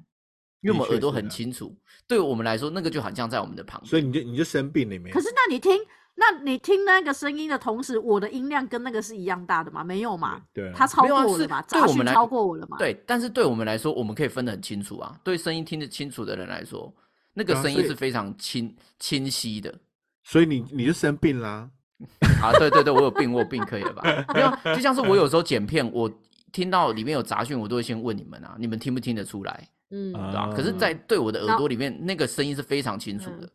C: 因为我
A: 的
C: 们
A: 确
C: 耳朵
A: 是
C: 很
A: 的
C: 清楚。对我们来说，那个就好像在我们的旁边。
A: 所以你就你就生病了没
B: 可？是那你听，那你听那个声音的同时，我的音量跟那个是一样大的吗？没有嘛，
A: 对啊
B: 它，超
C: 没有啊
B: 过我
C: 是
B: 了吧？
C: 对
B: 杂
C: 我
B: 讯
C: 们来
B: 超过我了嘛？，
C: 对，但是对我们来说，我们可以分得很清楚啊。对声音听得清楚的人来说，那个
A: 对啊
C: 声
A: 所
C: 音
A: 以
C: 是非常清清晰的。
A: 所以你你就生病啦。
C: 啊，对对对，我有病，我有病，可以了吧？没有，就像是我有时候剪片，我听到里面有杂讯，我都会先问你们啊，你们听不听得出来，
B: 嗯，
A: 啊
C: 对吧、可是，在对我的耳朵里面，那个声音是非常清楚的，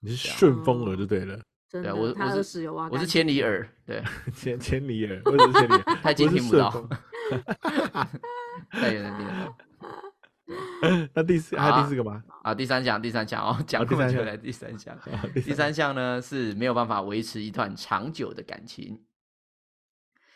A: 你是
C: 啊
A: 顺风耳就对了，
B: 真
C: 对
B: 的，
C: 我是
B: 他
C: 我是
B: 耳屎有挖啊
C: 我是
B: 干
C: 千
B: 净
C: 里耳， 对，
A: 千千里耳，为什么是千 里耳？
C: 太近
A: 我是
C: 听不到
A: 顺
C: 在有人听得到
A: 风。那第 四还有
C: 啊
A: 第四个吗？
C: 啊。第三项，第三项哦，讲
A: 啊好第
C: 这么
A: 三
C: 久
A: 项
C: 来第三项，
A: 啊
C: 第三项呢是没有办法维持一段长久的感情，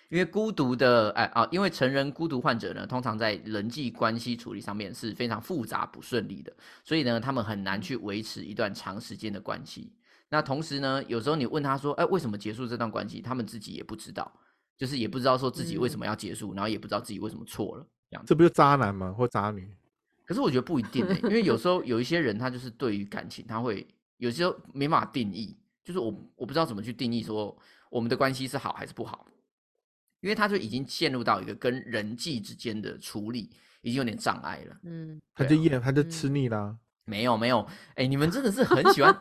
C: 因为孤独的哎啊，因为成人孤独患者呢，通常在人际关系处理上面是非常复杂不顺利的，所以呢，他们很难去维持一段长时间的关系。那同时呢，有时候你问他说，哎，为什么结束这段关系？他们自己也不知道，就是
A: 嗯
C: 也不知道说自己为什么要结束，然后也不知道自己为什么错了，这样子。
A: 这不就渣男吗？或渣女？
C: 可是我觉得不一定、欸，因为有时 候有一些人他就是对于感情他会有时候没办法定义，就是我我不知道怎么去定义说我们的关系是好还是不好，因为他就已经陷入到一个跟人际之间的处理已经有点障碍了。
B: 嗯，
A: 他就
C: 对啊
A: 厌，他就吃腻啦。
C: 没有没有，哎、你们真的是很喜 欢，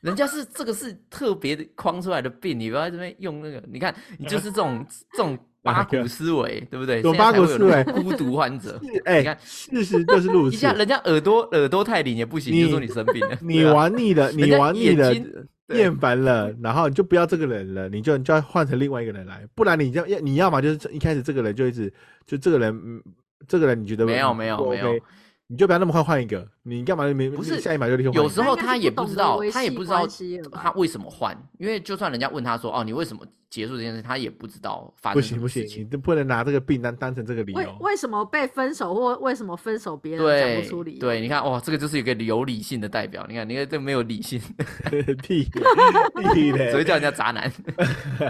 C: 人家是这个是特别的框出来的病，你不要在这边用那个，你看你就是这种这 种
A: 哪
C: 八
A: 个
C: 股思维，对不对？
A: 哎有
C: 现在
A: 八
C: 才
A: 股
C: 会有
A: 思
C: 那种
A: 维，
C: 孤独患者
A: 哎、
C: 看
A: 事实就是如
C: 一下
A: 此。
C: 人家耳朵耳朵太灵也不行，就说
A: 你
C: 你生病了，
A: 你
C: 对啊
A: 玩腻 了，
C: 人
A: 你
C: 家
A: 玩腻
C: 眼
A: 了，
C: 睛对
A: 厌烦了，然后你就不要这个人了，你就你就要换成另外一个人来，不然你要要你要么就是一开始这个人就一直就这个人，嗯这个人你觉得
C: 没有
A: 嗯
C: 没有
A: 不
C: 没有
A: OK，你就不要那么快换一个，你干嘛没
C: 不是
A: 下一秒就立刻换一个？
C: 有时候
B: 他应该是不
C: 他也不
B: 懂
C: 知
B: 得
C: 道
B: 维，
C: 他也
B: 系
C: 不知
B: 关
C: 道
B: 系了吧
C: 他为什么换，因为就算人家问他说哦你为什么结束这件事，他也不知道发
A: 不
C: 生什
A: 行
C: 么
A: 不行
C: 事，情
A: 你。都不能拿这个病当当成这个理
B: 为
A: 由。
B: 为什么被分手或为什么分手别人讲
C: 对
B: 不出理由？啊
C: 对，你看哇，这个就是一个有理性的代表。你看，你看这没有 理性，
A: 屁屁嘞！
C: 所以叫人家渣男。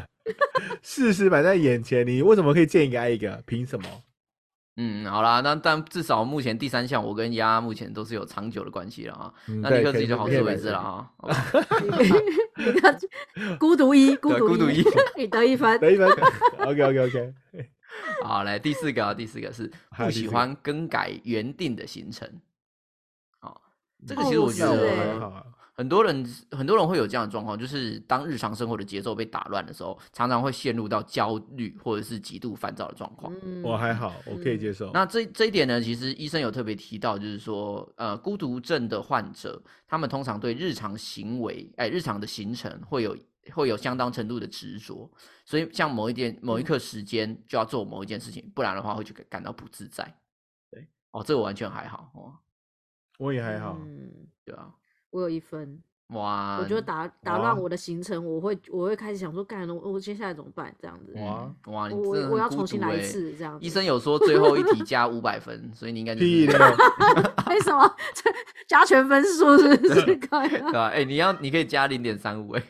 A: 事实摆在眼前，你为什么可以见一个爱一个？凭什么？
C: 嗯，好啦，那但至少目前第三项，我跟丫目前都是有长久的关系了啊。
A: 嗯
C: 那
A: 对
C: 尼克
A: 可
C: 自
A: 以
C: 己就好
A: 可以
C: 自
A: 摆
C: 为之
A: 这
C: 了
A: 里
C: 啊。好吧
B: 你看， 孤独一，孤
C: 对
B: 独
C: 孤独一
B: 你得一分。
A: 等一分。OK OK OK，
C: 好，来第四个啊，第四 个是
A: 还有
C: 不
A: 第
C: 喜
A: 四个
C: 欢更改原定的行程。好，这个
B: 哦
C: 其实
B: 我
C: 我觉
B: 是
C: 得
B: 欸
A: 还好啊。
C: 很多人很多人会有这样的状况，就是当日常生活的节奏被打乱的时候，常常会陷入到焦虑或者是极度烦躁的状况。
B: 嗯
A: 我还好，我可以接受。
C: 那这这一点呢，其实医生有特别提到，就是说，呃，孤独症的患者，他们通常对日常行为，哎，日常的行程会有会有相当程度的执着，所以像某一点某一
B: 嗯
C: 刻时间就要做某一件事情，不然的话会就感到不自在。
A: 对，
C: 哦，这个完全还好哦，
A: 我也还好。
B: 嗯，
C: 对啊，
B: 我有一分，
C: 哇，
B: 我就打打
A: 哇
B: 乱我的行程，我会我会开始想说，干了，我接下来怎么办？这样子，
A: 哇
C: 嗯哇，你
B: 我
C: 真
B: 我
C: 的很
B: 我要
C: 孤
B: 重新
C: 独
B: 来一
C: 欸
B: 次，这样子。
C: 医生有说最后一题加五百分，所以你应该就是
A: 屁嘞！
B: 为什么 这加权分数是不是 可以
C: 对吧、哎、你要你可以加零点三五，哎，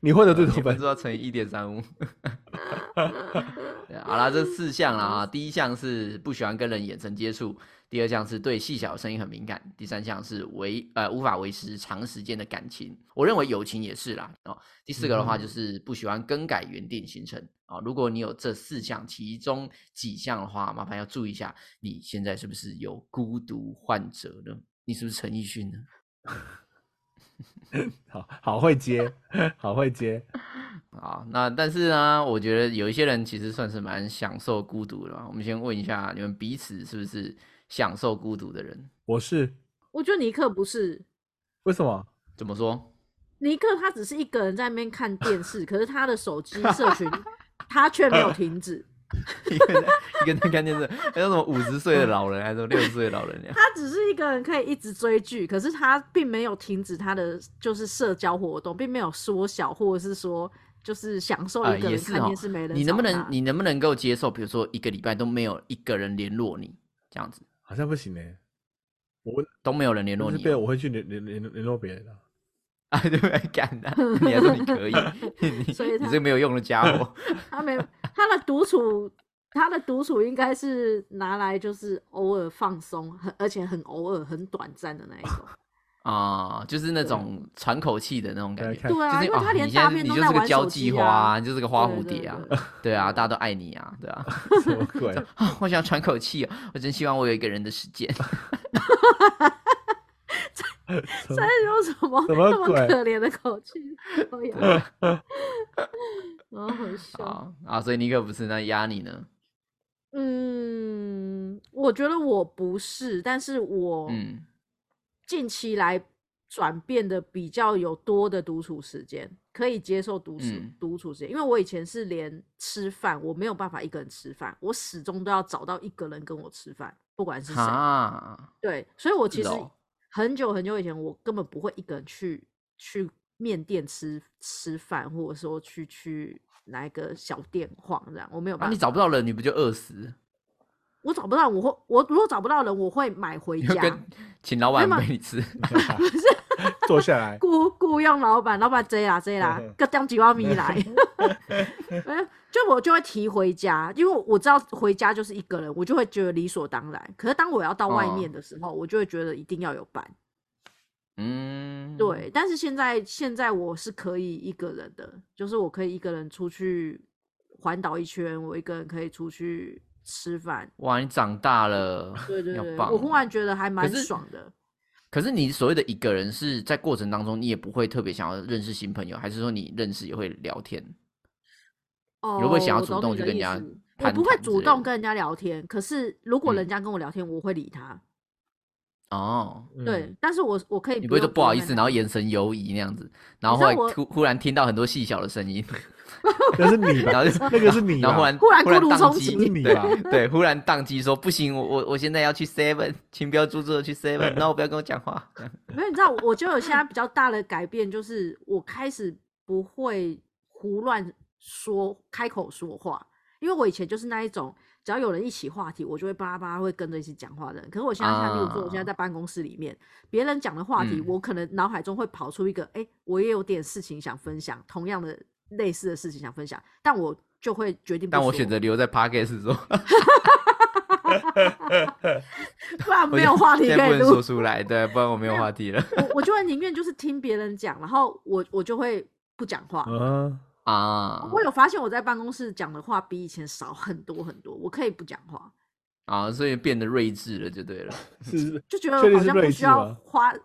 A: 你获得 最
C: 你
A: 多
C: 分
A: 分
C: 数，要乘以一点三五。 对啊好啦，这四项啦啊，第一项是不喜欢跟人眼神接触，第二项是对细小的声音很敏感，第三项是维呃无法维持长时间的感情，我认为友情也是啦哦。第四个的话
A: 嗯
C: 就是不喜欢更改原定行程啊、如果你有这四项其中几项的话，麻烦要注意一下，你现在是不是有孤独患者呢？你是不是陈奕迅呢？
A: 好好会接，好会接。
C: 啊，那但是呢，我觉得有一些人其实算是蛮享受孤独的嘛。我们先问一下，你们彼此是不是享受孤独的人？
A: 我是
B: 我觉得尼克不是，
A: 为什么？
C: 怎么说？
B: 尼克他只是一个人在那边看电视，可是他的手 机社群他却没有停止，
C: 一个人一个人看电视，还有哎什么五十岁的老人，还是什么六十岁的老人那样？
B: 他只是一个人可以一直追剧，可是他并没有停止他的就是社交活动，并没有缩小或者是说就是享受
C: 啊、
B: 一个
C: 也
B: 人
C: 是
B: 看
C: 哦
B: 电视没。人、
C: 你能不能你能不能够接受，比如说一个礼拜都没有一个人联络你，这样子
A: 好像不行呢。我
C: 都没有人联络
A: 我是
C: 你
A: 被
C: 哦、
A: 我会去联联联联络别 人的。
C: 啊？对不对？干的，你还说你可以，你
B: 所以
C: 你
B: 他
C: 这个没有用的家伙。
B: 他没有他的独处，他的独处应该是拿来就是偶尔放松，很而且很偶尔很短暂的那一 种。
C: 啊、就是那
B: 对
C: 种喘口气的那种感
A: 对
C: 觉，
A: 看
B: 对啊
C: 就是
B: 因为
C: 哦
B: 他连
C: 你现在
B: 大便
C: 你
B: 都
C: 就
B: 在
C: 是个
B: 玩
C: 交
B: 手
C: 际
B: 机
C: 花、
B: 啊
C: 你就是个花蝴蝶啊，
B: 对对对
C: 对啊，大家都爱你啊，对啊，
A: 什么鬼？
C: 啊我想喘口气、哦，我真希望我有一个人的时间，
A: 什
B: 这
A: 么
B: 有什么
A: 什么
B: 那么
A: 鬼
B: 可怜的口气？都 有，然后很笑。
C: 啊啊，所以尼克不是那压你呢，
B: 嗯，我觉得我不是，但是我
C: 嗯，
B: 近期来转变的比较有多的独处时间，可以接受独处、
C: 嗯
B: 独处时间，因为我以前是连吃饭我没有办法一个人吃饭，我始终都要找到一个人跟我吃饭，不管是谁。
C: 啊，
B: 对，所以我其
C: 是
B: 实
C: 哦
B: 很久很久以前，我根本不会一个人去去面店吃吃饭，或者说去去哪一个小店晃这样，我没有
C: 那、
B: 办
C: 啊你
B: 法。
C: 找不到人，你不就饿死？
B: 我找不到，我会我如果找不到人，我会买回
C: 你就
B: 家，
C: 跟请老
B: 没
C: 板
B: 有
C: 喂你 吃，
A: 坐下来，，
C: 嗯
B: 雇雇佣老板，老板这啦这啦 各当几万米来，没有就我就会提回家，因为我知道回家就是一个人，我就会觉得理所当然。可是当我要到外面的
C: 哦
B: 时候，我就会觉得一定要有伴。
C: 嗯，
B: 对，但是现在现在我是可以一个人的，就是我可以一个人出去环岛一圈，我一个人可以出去吃饭。
C: 哇，你长大了，
B: 对对
C: 要
B: 对，
C: 棒啊
B: 我忽然觉得还蛮
C: 是
B: 爽的。
C: 可是你所谓的一个人，是在过程当中你也不会特别想要认识新朋友，还是说你认识也会聊天？
B: 哦，
C: 如果想要
B: 我
C: 主
B: 懂
C: 动
B: 你
C: 去
B: 的
C: 跟
B: 意
C: 人家
B: 思我
C: 攀
B: 不会
C: 谈之
B: 主
C: 类
B: 动
C: 的
B: 跟人家聊天，可是如果
C: 嗯
B: 人家跟我聊天，我会理他。
C: 哦，
A: 嗯
B: 对，但是我我可以
C: 你不会
B: 哎用
C: 说不好意
B: 用
C: 思，
B: 跟
C: 然
B: 他
C: 后眼神犹疑那样子，然
B: 你
C: 后后
B: 知
C: 来
B: 道我
C: 突忽然听到很多细小的 声音，
A: 那是你
C: 然
A: 吧？
C: 后 就
A: 那个是你
C: 然后忽
A: 吧？
C: 然
B: 啊忽然
C: 忽然
B: 孤独
C: 宕
B: 终
C: 机，
B: 极
A: 是你啊
C: 对
A: 吧
C: 对，忽然宕机说不行，我我我现在要去 Seven，请不要阻止我 去 Seven，然后不要跟我讲话。
B: 没有，你知道，我就有现在比较大的改变，就是我开始不会胡乱说开口说话，因为我以前就是那一种，只要有人一起话题，我就会巴拉巴拉会跟着一起讲话的人。可是我现在像，比如说我现在
C: 啊
B: 在办公室里面，别人讲的话题，
C: 嗯
B: 我可能脑海中会跑出一个，哎、我也有点事情想分享，同样的类似的事情想分享，但我就会决定不
C: 但我
B: 说
C: 选择留在 Podcast 说，
B: 不然
C: 我
B: 没有话题
C: 现在
B: 可
C: 不
B: 以
C: 能
B: 录
C: 说。出来，对，不然我没有话题 了
B: 我我就会宁愿就是听别人讲，然后我我就会不讲话。
A: 啊，
C: 啊
B: 我有发现我在办公室讲的话比以前少很多很多，我可以不讲话，
C: 啊，所以变得睿智了就对了。
A: 是
B: 就觉得
A: 确定是
B: 好像不
A: 睿
B: 需
A: 智
B: 要
A: 吗
B: 花，就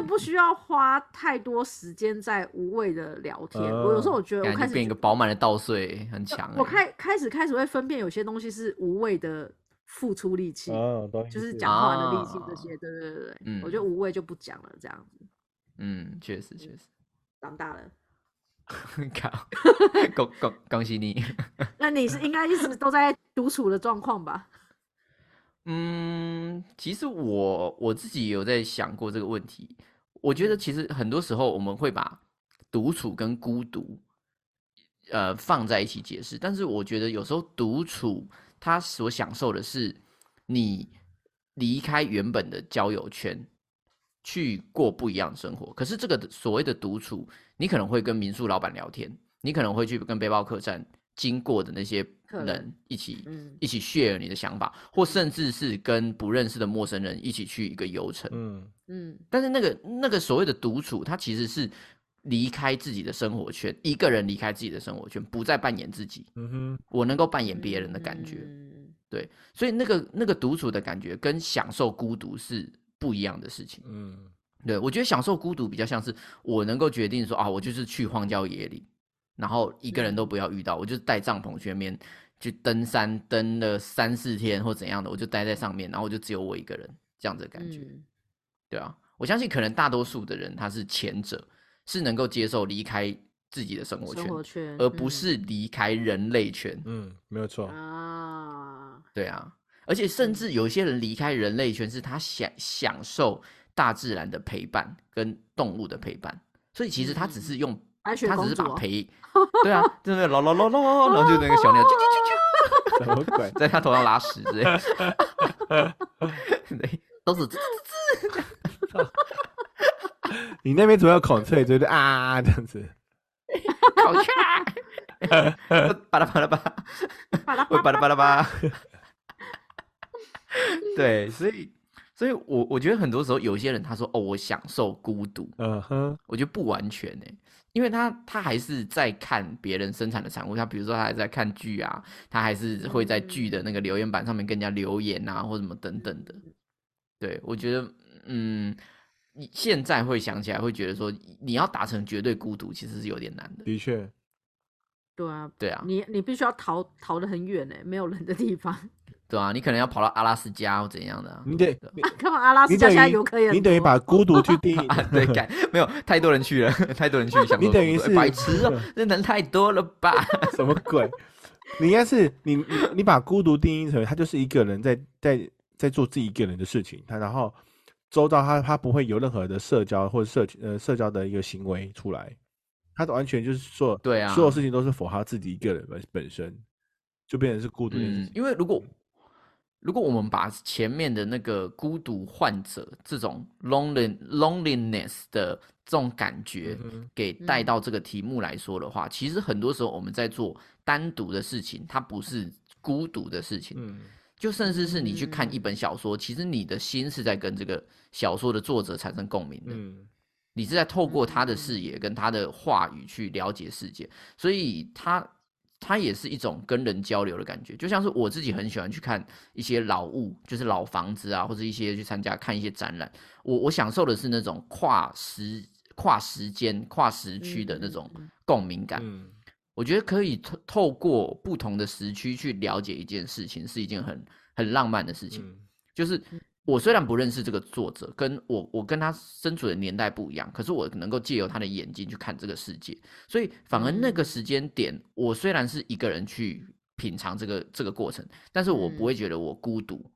C: 嗯
B: 不需要花太多时间在无谓的聊天。我有时候
A: 哦
B: 我觉得我
C: 感
B: 开
C: 觉
B: 始
C: 变一
B: 觉
C: 个饱满的稻穗，很强欸。
B: 我开开始开始会分辨有些东西是无谓的付出力 气，
C: 哦
A: 啊，懂意
B: 就
A: 思
B: 是讲话的力气这
C: 啊
B: 些。对对对对，我
C: 嗯
B: 就无谓就不讲了，这样子
C: 嗯，确实确 实，
B: 长大了。
C: 靠， 恭恭恭喜你。
B: 那你是应该一直都在独处的状况吧？
C: 嗯，其实我我自己有在想过这个问题。我
B: 嗯
C: 觉得其实很多时候我们会把独处跟孤独，呃，放在一起解释。但是我觉得有时候独处，他所享受的是你离开原本的交友圈，去过不一样的生活。可是这个所谓的独处，你可能会跟民宿老板聊天，你可能会去跟背包客栈经过的那些
B: 客人
C: 人一起
B: 嗯
C: 一起 share 你的想法，或甚至是跟不认识的陌生人一起去一个游程。
A: 嗯，
B: 嗯，
C: 但是那个那个所谓的独处，它其实是离开自己的生活圈，一个人离开自己的生活圈，不再扮演自己，
A: 嗯哼，
C: 我能够扮演别人的感觉。
B: 嗯
C: 所以那个那个独处的感觉跟享受孤独是不一样的事情。
A: 嗯
C: 对我觉得享受孤独比较像是我能够决定说啊，我就是去荒郊野岭，然后一
B: 嗯
C: 个人都不要遇到，我就带帐篷去那边去登山，登了三四天或怎样的，我就待在上面，然后我就只有我一个人这样子的感觉。
B: 嗯
C: 对啊，我相信可能大多数的人他是前者，是能够接受离开自己的生活圈，
B: 生活圈，
C: 而不
B: 嗯
C: 是离开人类圈。
A: 嗯，没有错，
B: 啊，
C: 对啊，而且甚
B: 嗯
C: 至有一些人离开人类圈，是他享享受大自然的陪伴跟动物的陪伴，所以其实他只是用，
B: 白雪
C: 他
B: 公
C: 只是
B: 主
C: 把
B: 哦
C: 陪，对啊，真的啦啦啦啦啦，然后就那个小鸟啾啾啾啾。
A: 什么鬼？
C: 在他头上拉屎之类的，对，都是吱吱吱
A: 你那边怎么有孔雀？就是啊啊啊这样子，
C: 烤圈，巴拉巴拉巴拉。
B: 巴拉
C: 会
B: 巴
C: 巴拉巴拉巴。对，所以，所以我我觉得很多时候，有些人他说哦，我享受孤独，
A: 嗯哼，
C: 我觉得不完全呢、因为他他还是在看别人生产的产物，他比如说他还在看剧啊，他还是会在剧
A: 嗯
C: 的那个留言板上面跟人家留言啊，或什么等等的。对，我觉得，嗯，你现在会想起来，会觉得说，你要达成绝对孤独，其实是有点难的。
A: 的 确，
B: 对啊，
C: 对啊，
B: 你你必须要逃逃得很远呢，没有人的地方。
C: 对啊，你可能要跑到阿拉斯加或怎样的啊、
A: 你得
C: 对啊
A: 你
B: 干嘛阿拉斯
A: 你
B: 加
A: 等
B: 现在
A: 于
B: 游客也很
A: 你等于
B: 多
A: 把孤独去定义，
C: 啊，对，干没有太多人去了， 太多人去想说
A: 你等于
C: 哎
A: 是
C: 白痴哦，这人太多了吧？
A: 什么鬼？你应该是你你你把孤独定义成他就是一个人在在在做自己一个人的事情，他然后周遭他他不会有任何的社交或者社呃社交的一个行为出来，他完全就是说
C: 对啊
A: 所有事情都是否他自己一个人本本身，就变成是孤独这件事
C: 嗯，
A: 情。
C: 因为如果如果我们把前面的那个孤独患者这种 lonely loneliness 的这种感觉
A: 嗯哼
C: 给带到这个题目来说的话，其实很多时候我们在做单独的事情，它不是孤独的事情，
A: 嗯，
C: 就甚至是你去看一本小说，其实你的心是在跟这个小说的作者产生共鸣的。
A: 嗯，
C: 你是在透过他的
B: 嗯
C: 视野跟他的话语去了解世界，所以他他也是一种跟人交流的感觉，就像是我自己很喜欢去看一些老物，就是老房子啊，或者一些去参加看一些展览，我我享受的是那种跨时跨时间、跨时区的那种
B: 嗯嗯嗯
C: 共鸣感。
A: 嗯，
C: 我觉得可以透透过不同的时区去了解一件事情，是一件很很浪漫的事情。
A: 嗯
C: 就是我虽然不认识这个作者，跟我我跟他身处的年代不一样，可是我能够借由他的眼睛去看这个世界，所以反而
A: 嗯
C: 那个时间点，我虽然是一个人去品尝这个这个过程，但是我不会觉得我孤独，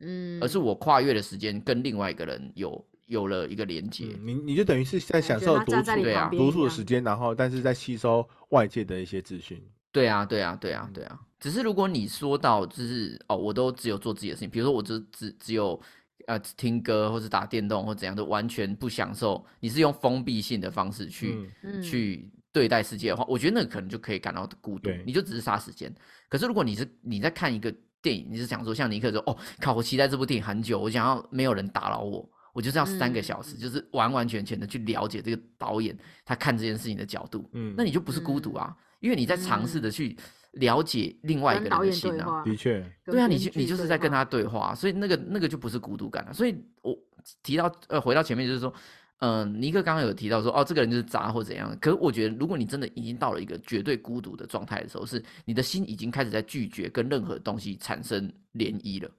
B: 嗯，
C: 而是我跨越的时间跟另外一个人有有了一个连接。
A: 嗯你你就等于是在享
B: 感觉
A: 受
B: 他
A: 独
B: 站
A: 处
B: 在你
C: 对啊
B: 旁边
A: 独
B: 一
A: 处的
B: 样
A: 时间，然后但是在吸收外界的一些资讯。
C: 对啊，对啊，对
A: 嗯
C: 啊，对啊。只是如果你说到就是哦，我都只有做自己的事情，比如说我就只只有呃听歌或是打电动或怎样的，完全不享受，你是用封闭性的方式去、
A: 嗯
B: 嗯
C: 去对待世界的话，我觉得那可能就可以感到孤独
A: 对，
C: 你就只是杀时间。可是如果你是你在看一个电影，你是想说像尼克说哦，靠，我期待这部电影很久，我想要没有人打扰我。我就是要三个
B: 嗯
C: 小时，
B: 嗯
C: 就是完完全全的去了解这个导演他看这件事情的角度，
A: 嗯，
C: 那你就不是孤独啊，因为你在尝试的去了解另外一
B: 嗯跟
C: 个人
B: 导
C: 的
B: 演
C: 心
B: 对
C: 啊。
B: 话，
A: 的确，
B: 跟
C: 对啊，
B: 编
C: 你就
B: 剧
C: 你就是
B: 对
C: 在跟
B: 话
C: 他对话，所以那个那个就不是孤独感了、所以我提到呃，回到前面就是说，嗯、尼克刚刚有提到说，哦，这个人就是渣或怎样的。可是我觉得，如果你真的已经到了一个绝对孤独的状态的时候，是你的心已经开始在拒绝跟任何东西产生涟漪了。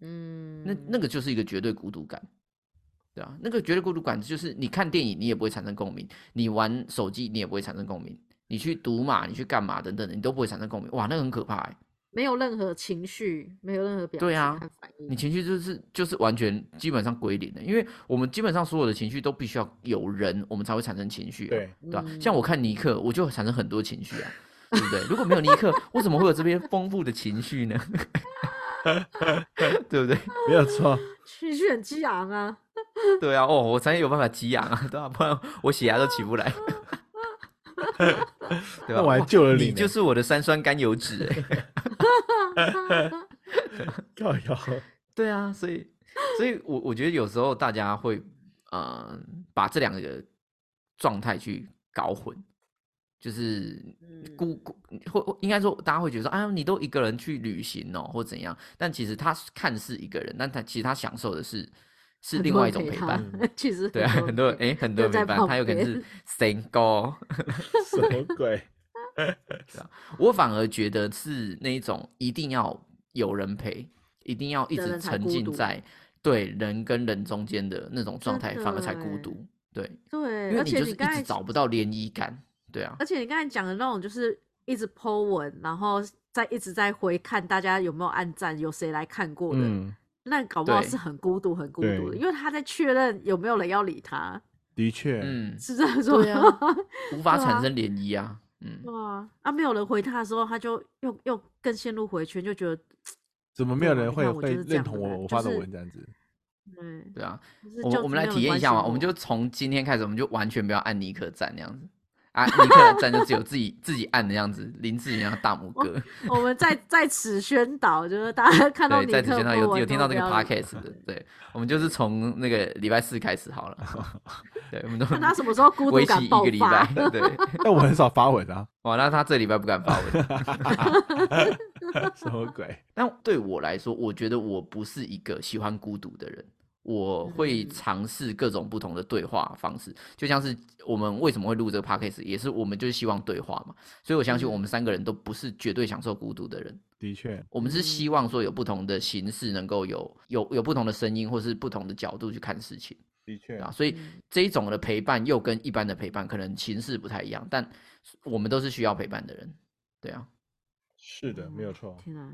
B: 嗯，
C: 那那个就是一个绝对孤独感，对啊，那个绝对孤独感就是你看电影你也不会产生共鸣，你玩手机你也不会产生共鸣，你去赌马你去干嘛等等的，你都不会产生共鸣，哇，那个很可怕、欸，
B: 没有任何情绪，没有任何表
C: 对
B: 情
C: 啊
B: 和反应
C: 你情绪就是就是完全基本上归零的，因为我们基本上所有的情绪都必须要有人，我们才会产生情绪、啊，
A: 对， 嗯
C: 对吧、像我看尼克，我就产生很多情绪啊。对不对？如果没有尼克，我怎么会有这边丰富的情绪呢？ 对不对？
A: 没有错。
B: 情绪很激昂啊，
C: 对啊，哦，我才有办法激昂啊，对啊，不然我血压都起不来。 对吧？
A: 那我还
C: 哇
A: 救了你
C: 你，
A: 呢
C: 就是我的三酸甘油脂、欸。
A: 靠腰，
C: 对啊，所以，所以我我觉得有时候大家会，呃，把这两个状态去搞混，就是
B: 嗯
C: 孤孤，会会应该说大家会觉得说，啊，你都一个人去旅行哦，或怎样？但其实他看似一个人，但他其实他享受的是是
B: 很
C: 另
B: 多
C: 外一
B: 人陪
C: 种陪
B: 他
C: 伴。
B: 其实
C: 对啊，很多人
B: 陪
C: 哎，很多
B: 就
C: 人
B: 在
C: 陪伴，
B: 旁
C: 他有可能是
B: 边
C: single。
A: 什 么鬼？
C: 我反而觉得是那一种一定要有人陪，一定要一
B: 的
C: 直
B: 人才
C: 沉
B: 孤
C: 浸
B: 独
C: 在对人跟人中间的那种状
B: 真
C: 态，反而
B: 的
C: 才孤
B: 欸
C: 独。对，因
B: 对，
C: 为
B: 而
C: 你
B: 且
C: 就
B: 你
C: 是一
B: 刚才
C: 直找不到涟漪感。对啊，
B: 而且你刚才讲的那种，就是一直 Po 文，然后再一直在回看大家有没有按赞，有谁来看过的，
A: 嗯，
B: 那搞不好
C: 对
B: 是很孤独、很孤独的，
A: 对
B: 因为他在确认有没有人要理他，
A: 的确，
C: 嗯，
B: 是这样说
C: 对啊
B: 吗？
C: 无法
B: 对
C: 产
B: 啊
C: 生涟漪啊。嗯，
B: 哇，啊，没有人回他的时候，他就又又更陷入回圈，就觉得，
A: 怎么没有
B: 对啊
A: 人
B: 你
A: 会
B: 看我就
A: 会
B: 是这
A: 认
B: 样
A: 同
B: 的
A: 我
B: 人
A: 我
B: 就
A: 发的
B: 是
A: 文这样子？
B: 对，
C: 对啊，
B: 就是
C: 我
B: 就
C: 们我们来
B: 没有
C: 体
B: 人
C: 验
B: 关
C: 一下
B: 心
C: 嘛，我们就从今天开始，我们就完全不要按尼克赞那样子。啊，尼克赞就只有自己自己按的样子，林志颖然后大
B: 哦
C: 拇哥，
B: 我们在在此宣导，就是大家看到
C: 对，
B: 尼
C: 在
B: 克
C: 此宣导
B: 波
C: 有
B: 文
C: 有听
B: 都
C: 到
B: 不
C: 这个
B: 要 理
C: podcast 的，对，我们就是从那个礼拜四开始好了， 对，我们都
B: 看他什么时候孤独
C: 为期
B: 感
C: 一
B: 爆
C: 个礼
B: 发
C: 拜，， 对，
A: 但我很少发文啊，
C: 哇，那他这礼拜不敢发文。
A: 什么鬼？
C: 但对我来说，我觉得我不是一个喜欢孤独的人，我会
B: 嗯
C: 尝试各种不同的对话方式，就像是我们为什么会录这个 podcast，也是我们就是希望对话嘛，所以我相信我
B: 嗯
C: 们三个人都不是绝对享受孤独的人。
A: 的 确，
C: 我们是希
B: 嗯
C: 望说有不同的形式，能够有有有不同的声音，或是不同的角度去看事情。
A: 的确
C: 啊，所以
B: 嗯
C: 这一种的陪伴又跟一般的陪伴可能形式不太一样，但我们都是需要陪伴的人，对啊，
A: 是的，没有
B: 哦
A: 错。
B: 天啊，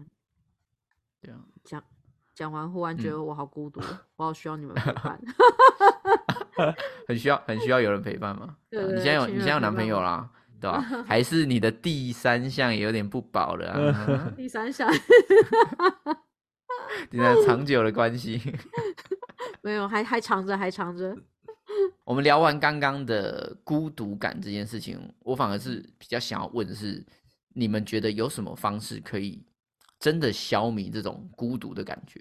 C: 对啊，
B: 讲讲完，忽然觉
C: 嗯
B: 得我好孤独哦，我好需要你们陪伴。
C: 很需要很需要有人陪伴 嘛。
B: 对
C: 啊
B: 对
C: 你
B: 对
C: 现在有
B: 亲
C: 你
B: 人
C: 现在有
B: 陪
C: 男朋
B: 伴
C: 友
B: 嘛
C: 啦， 对吧、还是 你的第三项也有点不保了啊
B: 第三项，
C: 你看长久的关系。
B: 没有，还还藏着，还藏着。
C: 我们聊完刚刚的孤独感这件事情，我反而是比较想要问的是，你们觉得有什么方式可以真的消弭这种孤独的感觉？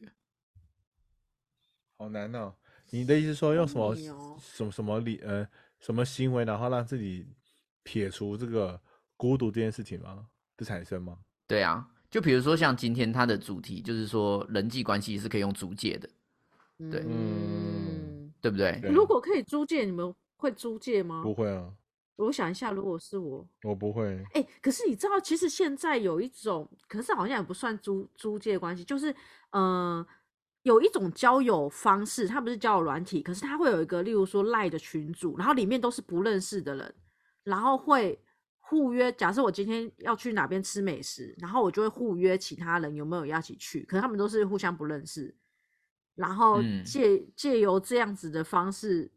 A: 好难哦。你的意思说用什么
B: 好难哦
A: 什么什么理呃什么行为，然后让自己撇除这个孤独这件事情吗？的产生吗？
C: 对啊，就比如说像今天它的主题就是说人际关系是可以用租借的，对
A: 嗯
B: 嗯，
C: 对不对？
A: 对
B: 如果可以租借，你们会租借吗？
A: 不会啊，
B: 我想一下，如果是我，
A: 我不会。
B: 哎、可是你知道，其实现在有一种，可是好像也不算租租借关系，就是呃，有一种交友方式，它不是交友软体，可是它会有一个，例如说赖的群组，然后里面都是不认识的人，然后会互约。假设我今天要去哪边吃美食，然后我就会互约其他人有没有要一起去，可是他们都是互相不认识，然后
C: 嗯
B: 借、借由这样子的方式，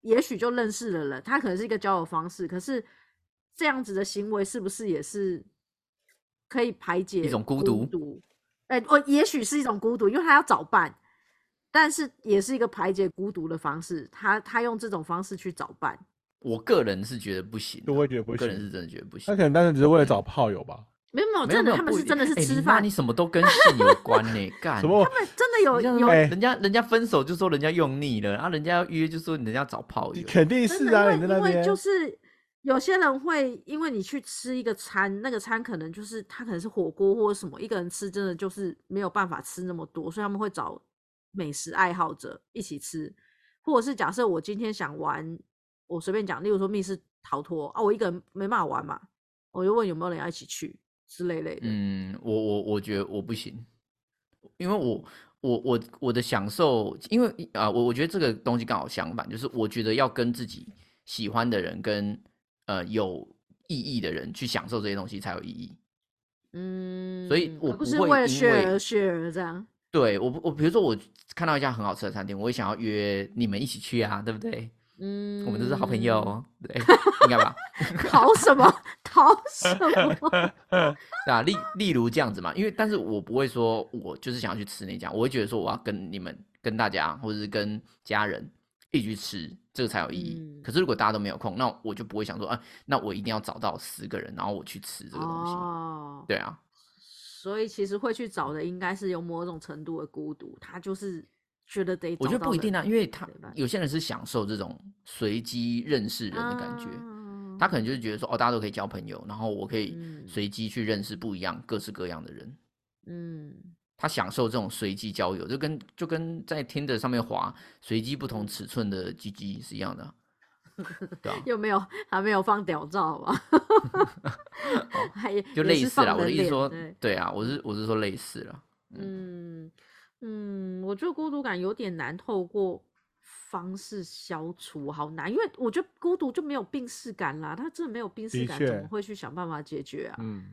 B: 也许就认识了人，他可能是一个交友方式，可是这样子的行为是不是也是可以排解
C: 种孤独
B: 独？独，哎、我也许是一种孤独，因为他要找伴，但是也是一个排解孤独的方式。他他用这种方式去找伴，
C: 我个人是觉得不行啊，
A: 对我也觉得不
C: 个人
A: 行
C: 是真的觉得不
A: 他
C: 行
A: 可。能单纯只是为了找炮友吧？
B: 没有没有，
C: 没有
B: 哦真的
C: 没有
B: 他们
C: 不
B: 是
C: 一
B: 真的
C: 定
B: 是
C: 哎你
B: 吃
C: 妈
B: 饭，
C: 你什么都跟性有关 呢？干
A: 什么？
B: 他们真的有
C: 人家
B: 有
A: 哎
C: 人家人家分手就说人家用腻了，然、啊后人家要约就说人家找炮友，
A: 肯定
B: 真
A: 是
B: 的，
A: 啊，
B: 因
A: 你在那
B: 为因为
A: 边
B: 就是有些人会，因为你去吃一个餐，那个餐可能就是他可能是火锅或者什么，一个人吃真的就是没有办法吃那么多，所以他们会找美食爱好者一起吃，或者是假设我今天想玩，我随便讲，例如说密室逃脱啊，我一个人没办法玩嘛，我就问有没有人要一起去之类类的。
C: 嗯，我我我觉得我不行，因为我我我我的享受，因为啊、我我觉得这个东西刚好相反，就是我觉得要跟自己喜欢的人跟呃有意义的人去享受这些东西才有意义。
B: 嗯，
C: 所以我
B: 而不
C: 不
B: 是
C: 会
B: 为了
C: 因
B: share
C: 为
B: 而 share 这样。
C: 对我不我比如说我看到一家很好吃的餐厅，我会想要约你们一起去啊，对不对？
B: 嗯，
C: 我们都是好朋友，，对，应该吧？
B: 逃什么？逃什 么？
C: 对啊，例例如这样子嘛，因为但是我不会说我就是想要去吃那家，我会觉得说我要跟你们、跟大家或者是跟家人一起去吃，这个才有意义。
B: 嗯
C: 可是如果大家都没有空，那我就不会想说，啊，那我一定要找到十个人，然后我去吃这个东西。
B: 哦，
C: 对啊，
B: 所以其实会去找的应该是有某种程度的孤独，他就是觉得得找
C: 我觉得不一定啊，因为他
B: 对吧
C: 有些人是享受这种随机认识人的感觉，
B: 啊
C: 他可能就是觉得说，哦，大家都可以交朋友，然后我可以
B: 嗯
C: 随机去认识不一样、各式各样的人。
B: 嗯
C: 他享受这种随机交友，就跟就跟在 Tinder 上面滑随机不同尺寸的鸡鸡是一样的 啊，对啊，
B: 又没有还没有放屌照 吧， 还也也
C: 就类
B: 是
C: 似啦。啊
B: 放
C: 我的
B: 人
C: 意思
B: 脸
C: 说
B: 对，
C: 对啊，我是我是说类似了。
B: 嗯嗯，我觉得孤独感有点难透过方式消除，好难，因为我觉得孤独就没有病逝感啦，他真的没有病逝
A: 的
B: 感，怎
A: 确
B: 么会去想办法解决啊？
A: 嗯，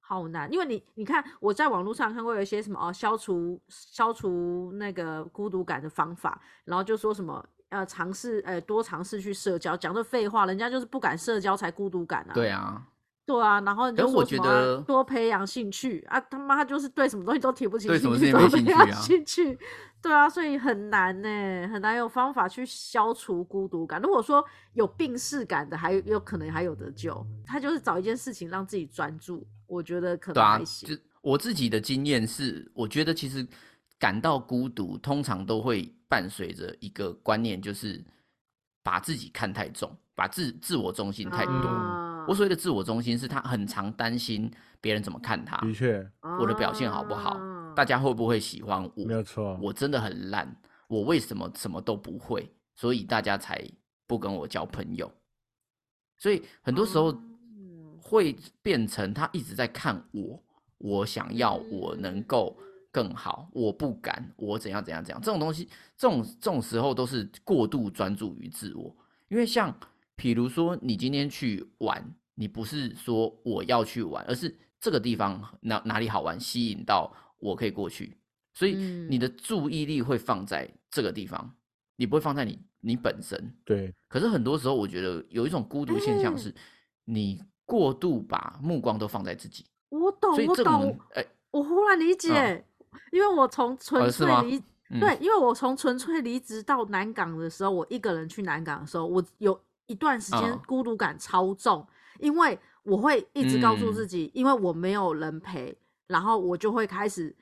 B: 好难，因为你你看，我在网络上看过有一些什么哦，消除消除那个孤独感的方法，然后就说什么呃，尝试呃多尝试去社交，讲这废话，人家就是不敢社交才孤独感啊。
C: 对啊，
B: 对啊，然后你
C: 可
B: 就是说
C: 我
B: 什
C: 觉
B: 么啊
C: 得
B: 多培养兴趣啊，他妈就是对什么东西都提不起
C: 对什
B: 兴
C: 么
B: 趣，
C: 事情没
B: 多培
C: 兴趣
B: 养
C: 啊
B: 兴趣，对啊，所以很难呢、很难有方法去消除孤独感。如果说有病逝感的，还有有可能还有得救，他就是找一件事情让自己专注，我觉得可
C: 对
B: 能
C: 啊，
B: 还行。
C: 就我自己的经验是，我觉得其实感到孤独，通常都会伴随着一个观念，就是把自己看太重，把自自我中心太多。
B: 啊
C: 我所谓的自我中心，是他很常担心别人怎么看他，
A: 的确
C: 我的表现好不好
B: 啊，
C: 大家会不会喜欢我？
A: 没有错。
C: 我真的很烂，我为什么什么都不会？所以大家才不跟我交朋友。所以很多时候
B: 嗯
C: 会变成他一直在看我，我想要，我能够更好，我不敢，我怎样怎样怎样。这种东西，这种这种时候都是过度专注于自我。因为像比如说你今天去玩，你不是说我要去玩，而是这个地方哪哪里好玩，吸引到我可以过去，所以
B: 嗯
C: 你的注意力会放在这个地方，你不会放在你你本身。
A: 对，
C: 可是很多时候，我觉得有一种孤独现象
B: 哎
C: 是，你过度把目光都放在自己，
B: 我懂，
C: 所以
B: 哦我
C: 这种
B: 懂，
C: 哎、
B: 我忽然理解，因为我从纯
C: 哦是吗
B: 粹离、
C: 嗯
B: 对，因为我从纯粹离职到南港的时候，我一个人去南港的时候，我有一段时间
C: 嗯
B: 孤独感超重，因为我会一直告诉
C: 嗯
B: 自己，因为我没有人陪，然后我就会开始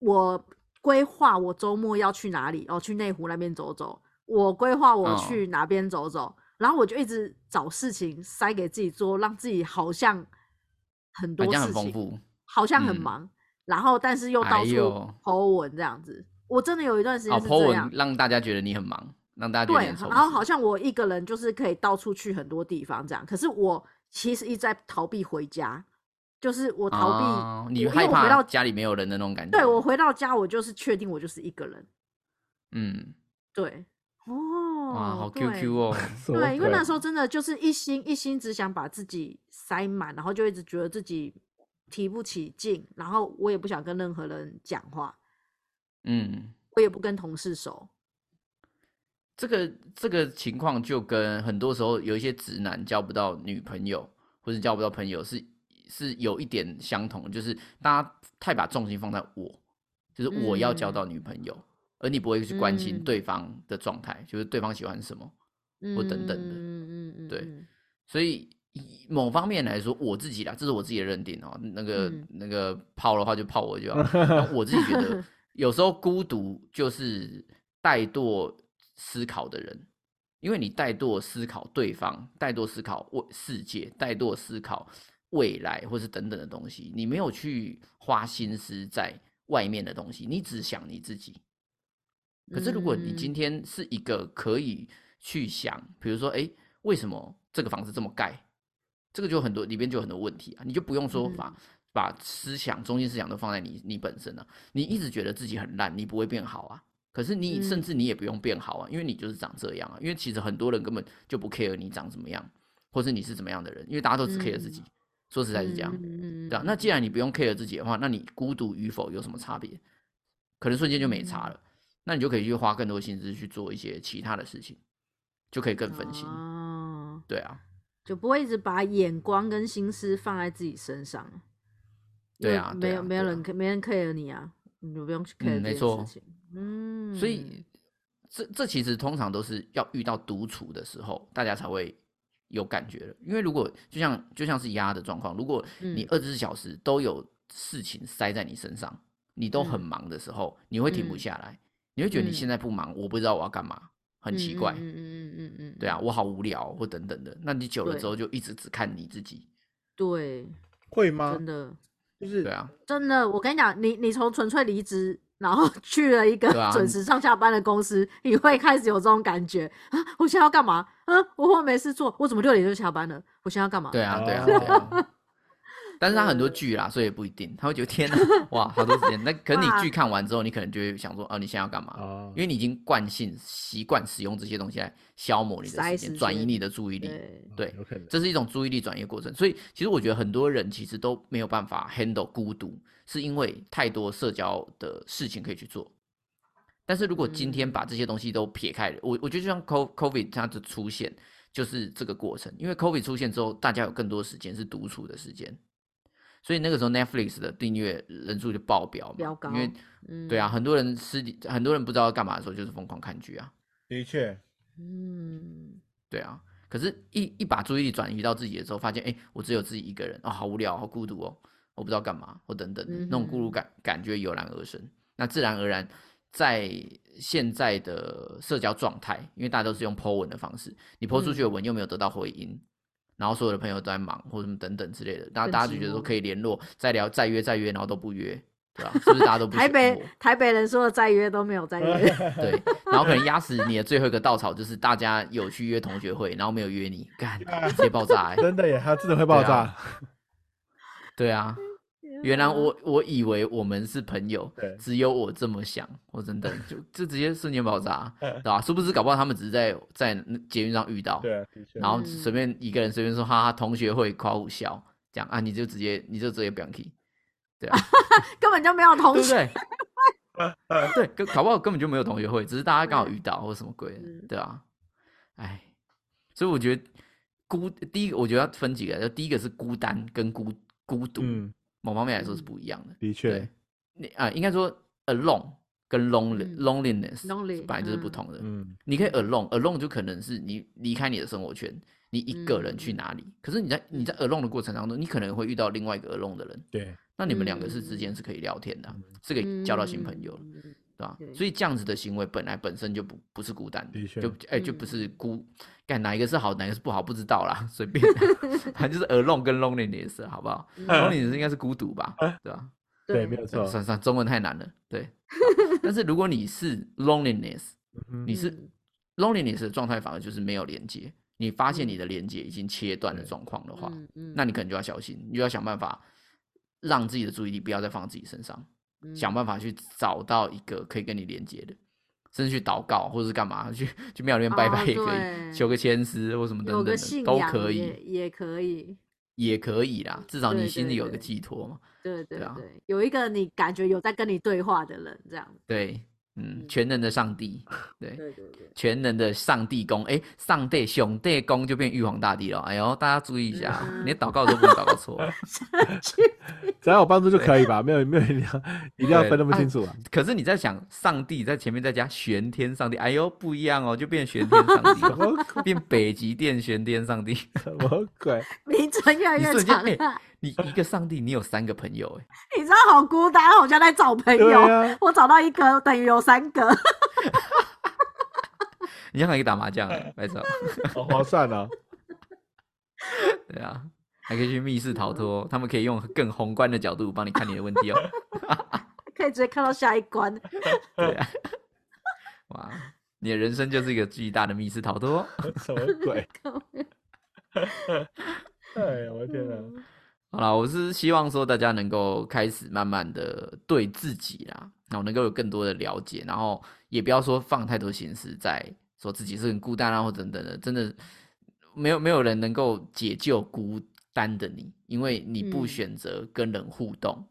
B: 我规划我周末要去哪里，哦，去内湖那边走走，我规划我
C: 嗯
B: 去哪边走走，然后我就一直找事情塞给自己做，让自己好像很多
C: 好像
B: 事
C: 很丰
B: 情。
C: 富。
B: 好像很
C: 嗯
B: 忙，然后但是又
C: 哎
B: 到处
C: 呦
B: Po 文这样子。我真的有一段时
C: 哦
B: 间是
C: ，Po
B: 这样
C: 文，让大家觉得你很忙，让大家觉得
B: 对
C: 你很，充
B: 然后
C: 实
B: 好像我一个人就是可以到处去很多地方这样。可是我其实一直在逃避回家，就是我逃避，
C: 哦你
B: 我因
C: 害
B: 为我回
C: 怕
B: 到
C: 家里没有人的那种感觉。
B: 对我回到家，我就是确定我就是一个人。
C: 嗯，
B: 对，哦，
C: 哇，好
B: 对
C: QQ 哦，
A: 什么
B: 对，啊因为那
A: 鬼
B: 时候真的就是一心一心只想把自己塞满，然后就一直觉得自己提不起劲，然后我也不想跟任何人讲话，
C: 嗯。
B: 我也不跟同事熟。
C: 这个这个情况就跟很多时候有一些直男交不到女朋友，或者交不到朋友是是有一点相同，就是大家太把重心放在我，就是我要交到女朋友，而你不会去关心
B: 嗯
C: 对方的状态，就是对方喜欢什么。或等等的
B: 嗯嗯嗯，
C: 对
B: 嗯
C: 所以以某方面来说，我自己啦，这是我自己的认定哦、那个、
B: 嗯
C: 那个泡的话就泡我就好。然后我自己觉得，有时候孤独就是怠惰思考的人，因为你怠惰思考对方，怠惰思考未世界，怠惰思考未来或是等等的东西，你没有去花心思在外面的东西，你只想你自己。可是如果你今
B: 嗯
C: 天是一个可以去想，比如说，哎，为什么这个房子这么盖？这个就很多里边就有很多问题啊，你就不用说
B: 嗯
C: 把、把思想中心思想都放在你你本身了、你一直觉得自己很烂，你不会变好啊。可是你甚
B: 嗯
C: 至你也不用变好啊，因为你就是长这样啊。因为其实很多人根本就不 care 你长怎么样，或是你是怎么样的人，因为大家都只 care 自
B: 嗯
C: 己。说实在是这样，
B: 嗯
C: 对啊，那既然你不用 care 自己的话，那你孤独与否有什么差别？可能瞬间就没差
B: 嗯
C: 了，那你就可以去花更多心思去做一些其他的事情，就可以更分心。
B: 哦，
C: 对啊，
B: 就不会一直把眼光跟心思放在自己身上。因
C: 对
B: 为
C: 啊对
B: 没有
C: 啊
B: 没有
C: 对
B: 人
C: 啊
B: care- 没人 care 你啊，你就不用去 care
C: 嗯
B: 这
C: 没
B: 件
C: 错
B: 事情。嗯，
C: 所以这这其实通常都是要遇到独处的时候，大家才会有感觉的。因为如果就像就像是压的状况，如果你
B: 嗯
C: 二十四小时都有事情塞在你身上，你都很
B: 嗯
C: 忙的时候，你会停不
B: 嗯
C: 下来，你会觉得你
B: 嗯
C: 现在不忙，我不知道我要干嘛，很奇怪。
B: 嗯嗯嗯嗯嗯，嗯
C: 对啊，，我好无聊或等等的。那你久了
B: 对
C: 之后就一直只看你自己，
B: 对，
A: 会吗
B: 真？的
A: 就是
C: 对啊，
B: 真的，我跟你讲，你你从纯粹离职。然后 去了一个
C: 对啊
B: 准
C: 你
B: 时上下班的公司，你会开始有这种感觉啊！我现在要干嘛？啊，我会不会没事做，我怎么六点就下班了？我现在要干嘛？
C: 对啊，对啊，
A: 哦
C: 对啊。但是他很多剧啦，所以也不一定，他会觉得天哪，哇，好多 时间。那可能你
B: 哇
C: 剧看完之后，你可能就会想说，哦、你现在要干嘛？
A: 哦
C: 因为你已经惯性、习惯使用这些东西来消磨你的
B: 塞
C: 时
B: 时
C: 间，转移
B: 间
C: 你的注意力。
B: 对，
C: 对
A: 嗯有可能
C: 这是一种注意力转移的过程。所以其实我觉得很多人其实都没有办法 handle 孤独，是因为太多社交的事情可以去做。但是如果今天
B: 嗯
C: 把这些东西都撇开了，我我觉得就像 co covid 它的出现就是这个过程，因为 covid 出现之后，大家有更多时间是独处的时间，所以那个时候 Netflix 的订阅人数就爆表嘛
B: 飙，高
C: 因为
B: 嗯，
C: 对啊，，很多人私底很多人不知道要干嘛的时候，就是疯狂看剧啊，
A: 的确，
B: 嗯，
C: 对啊，可是一，一把注意力转移到自己的时候，发现，哎，我只有自己一个人，哦，好无聊，好孤独哦，我不知道干嘛，或等等的，那种孤独
B: 嗯哼
C: 感感觉油然而生。那自然而然，在现在的社交状态，因为大家都是用 Po 文的方式，你 Po 出去
B: 嗯
C: 的文又没有得到回音，然后所有的朋友都在忙或什么等等之类的，然后
B: 更
C: 大家就
B: 寂
C: 觉得说
B: 寞
C: 可以联络，再聊，再约，再约，然后都不约，对吧、是不是大家都不
B: 台
C: 喜欢
B: 北
C: 我
B: 台北人说的再约都没有再约，
C: 对，然后可能压死你的最后一个稻草就是大家有去约同学会，然后没有约你， 干直接爆炸、欸。
A: 啊真的耶，它真的会爆
C: 对啊
A: 炸。
C: 对啊，原来
B: 嗯
C: 我我以为我们是朋友
A: 对，
C: 只有我这么想，我 真的就就直接瞬间爆炸，啊
A: 嗯
C: 对吧、殊不知搞不好他们只是在在捷运上遇到，
A: 对啊，的确。
C: 然后随便一个人随便说哈哈同学会夸我笑，这样啊你就直接你就直接 b a n k y 对啊，
B: 根本就没有同
C: 对不
B: 学，
C: 对？对，跟搞不好根本就没有同学会，只是大家刚好遇到或什么鬼的
B: 嗯，
C: 对啊，哎，所以我觉得孤第一个，我觉得要分几个，就第一个是孤单跟孤孤独，
A: 嗯，
B: 嗯
C: 某方面来说是不一样的。
A: 的
C: 对
A: 确，，
C: 你啊、应该说 alone 跟 lonely、
B: 嗯
C: loneliness
B: Lonely，
C: 本来就是不
B: 嗯
C: 同的。
A: 嗯，
C: 你可以 alone alone 就可能是你离开你的生活圈，你一个人去
B: 嗯
C: 哪里？可是你在你在 alone 的过程当中，你可能会遇到另外一个 alone 的人，
A: 对，
C: 那你们两个是
B: 嗯
C: 之间是可以聊天的啊、
A: 嗯
C: 是可以交到新朋友了，
B: 嗯
C: 对吧
B: 对？
C: 所以这样子的行为本来本身就不不是孤单
A: 的确
C: 就哎、就
B: 嗯
C: 不是孤，干哪一个是好，哪一个是不好不知道啦，随便啦反正就是 alone 跟 loneliness 啊好不好
B: 嗯
C: ？loneliness 应该是孤独吧，对吧？
A: 对，嗯没有 错，
C: 算算中文太难了，对。好但是如果你是 loneliness，
A: 嗯
C: 你是
B: 嗯
C: loneliness 的状态，反而就是没有连接。你发现
B: 嗯
C: 你的连接已经切断的
A: 对
C: 状况的话，
B: 嗯嗯
C: 那你可能就要小心，你就要想办法让自己的注意力不要再放自己身上，
B: 嗯
C: 想办法去找到一个可以跟你连接的，甚至去祷告或者是干嘛，去去庙里面拜
B: 哦
C: 拜也可以，
B: 对
C: 求个签诗或什么等
B: 有
C: 等
B: 个
C: 的
B: 信
C: 都
B: 仰
C: 可
B: 也
C: 以，
B: 也可以，
C: 也可以啦。至少你
B: 对
C: 心里
B: 对
C: 有个
B: 对
C: 寄托嘛。
B: 对对
C: 啊
B: 对，有一个你感觉有在跟你对话的人，这样。
C: 对，嗯，
B: 嗯
C: 全能的 上帝，对。
B: 对对对，
C: 全能的上帝公，哎，上帝兄弟公就变玉皇大帝了。哎呦，大家注意一下，
B: 嗯
C: 你祷告都不能祷告错。
A: 只要有帮助就可以吧，没有没有一定要一定要
C: 对
A: 分那么
C: 哎
A: 清楚啊。
C: 可是你在想上帝在前面再加玄天上帝，哎呦不一样哦，就变玄天上帝
A: 什
C: 了，
A: 么
C: 变北极殿玄天上帝。
A: 什么鬼？
B: 名称越来
C: 你
B: 越
C: 瞬间
B: 长
C: 哎、
B: 了，
C: 你一个上帝，你有三个朋友哎、
B: 你知道好孤单，我现在在找朋
A: 对
B: 友，
A: 啊，
B: 我找到一个等于有三个，
C: 你像可以打麻将哎，没错，
A: 好划算哦。
C: 对啊，还可以去密室逃脱，他们可以用更宏观的角度帮你看你的问题哦。
B: 可以直接看到下一关。
C: 对啊，哇，你的人生就是一个巨大的密室逃脱哦。
A: 什么鬼？哎呀，我的天
C: 啊
A: 哪！
B: 嗯
C: 好啦，我是希望说大家能够开始慢慢的对自己啦，然后能够有更多的了解，然后也不要说放太多心思在说自己是很孤单啊或等等的，真的没有没有人能够解救孤单的你，因为你不
B: 嗯
C: 选择跟人互动，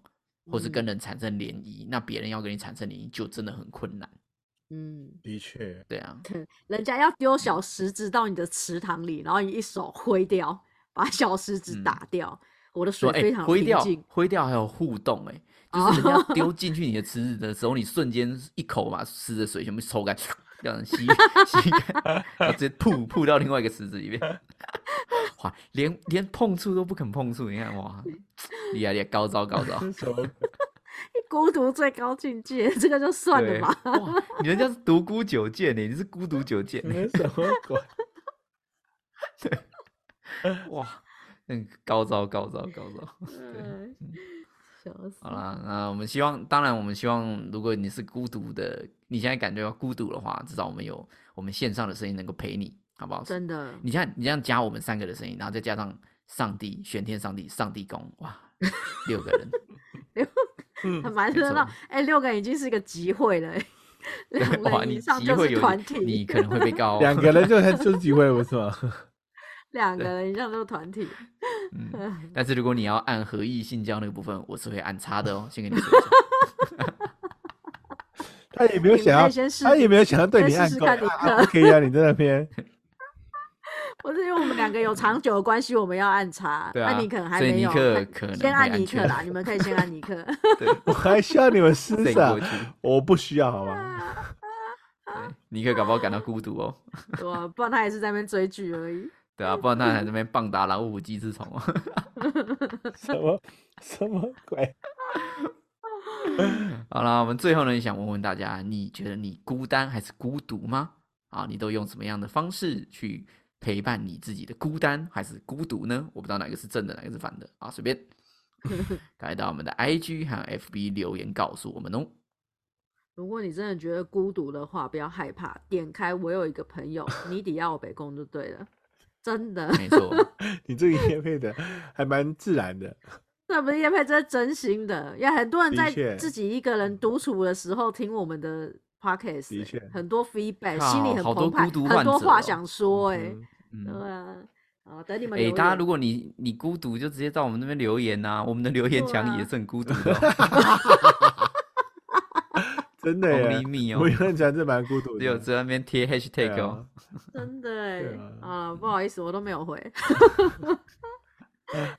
C: 或是
B: 嗯
C: 跟人产生涟漪，那别人要跟你产生涟漪就真的很困难。
B: 嗯，
A: 的确，。
C: 对啊，
B: 人家要丢小石子到你的池塘里，然后你一手挥掉，把小石子
C: 嗯
B: 打掉。我的水
C: 说哎
B: 非常
C: 挥
B: 平
C: 掉
B: 静，
C: 挥掉还有互动哎、
B: 哦
C: 就是人家丢进去你的池子的时候，你瞬间一口把池子的水全部抽干， 让人吸吸干，然后直接吐吐到另外一个池子里面。 哇，连连碰触都不肯碰触，你看哇，厉害厉害，高招高招
A: 什么鬼？
B: 孤独最高境界，这个就算了
C: 对
B: 吧。
C: 哇，你人家是独孤九剑呢，你是孤独九剑
A: 你，们什么鬼？
C: 哇，嗯，高招高招高招。
B: 嗯， 笑死。
C: 好啦，那我们希望，当然我们希望，如果你是孤独的，你现在感觉到孤独的话，至少我们有我们线上的声音能够陪你，好不好？
B: 真的，
C: 你像你这样加我们三个的声音，然后再加上上帝、玄天上帝、上帝公，哇，六个 人，
B: 很蛮
C: 没
B: 热
C: 错
B: 闹。哎、六个人已经是一个集会了、哎 两
C: 哇，
B: 人
C: 你
B: 以上
C: 集
B: 就
C: 会
B: 是
C: 有
B: 团
C: 你你
B: 体，
C: 可能会被告哦。
A: 两个人就很就是机会，不是吗？
B: 两个人以上就是团体。
C: 嗯， 但是如果你要按合意性交那个部分，我是会按叉的哦，先跟你说 一下。
A: 他也没有
B: 你
A: 想
B: 可以
A: 要，
B: 先试
A: 他也没有想要对你
B: 先
A: 按
B: 试试
A: 够，
B: 看你
A: 啊啊不可以啊！你在那边，
B: 不是因为我们两个有长久的关系，我们要按查。
C: 对
B: 那
C: 啊
B: 你可能还
C: 所以
B: 没
C: 尼
B: 有。
C: 克
B: 那
C: 可能
B: 先
C: 会
B: 按
C: 按
B: 尼
C: 确
B: 克啦，你们可以先按尼 克。
C: 对，
A: 我还需要你 们施
C: 再
A: 舍
C: 过，去。
A: 我不需要，好 吗？
C: 对，尼克搞不好感到孤独哦。
B: 对啊，不然他也是在那边追剧而已。
C: 对啊，不然他还在那边棒打老虎鸡之虫哦。
A: 什么什么鬼？
C: 好啦，我们最后呢，也想问问大家，你觉得你孤单还是孤独吗？啊，你都用什么样的方式去陪伴你自己的孤单还是孤独呢？我不知道哪个是正的，哪个是反的啊，随便。赶快到我们的 IG 还有 FB 留言告诉我们哦。
B: 如果你真的觉得孤独的话，不要害怕，点开我有一个朋友，你得要我北宫就对了，真的。
C: 没错，
A: 你这个叶配的还蛮自然的，
B: 那不是叶佩，这是真心的，因为很多人
A: 的
B: 在
A: 确
B: 自己一个人独处的时候听我们的 podcast，
A: 的
B: 欸
A: 确
B: 很多 feedback，心
C: 靠
B: 里很
C: 好多
B: 澎湃，
C: 孤独患
B: 很多
C: 者
B: 话
C: 哦
B: 想说、欸，哎、
A: 嗯
C: 嗯，
B: 对啊，好，等你们
C: 哎、
B: 留言。
C: 大家如果你你孤独，就直接到我们那边留言呐、我们的留言
B: 对
C: 墙
B: 啊
C: 也是很孤独 的、哦
A: 真的耶
C: ，Only！me
A: 啊我
C: 哦
A: 有，人讲这蛮孤独
C: 只有
A: 的，啊
C: 在那边贴 hashtag
A: 对啊。
C: 哦
B: 真的、欸，
A: 啊
B: 啊，不好意思，我都没有回。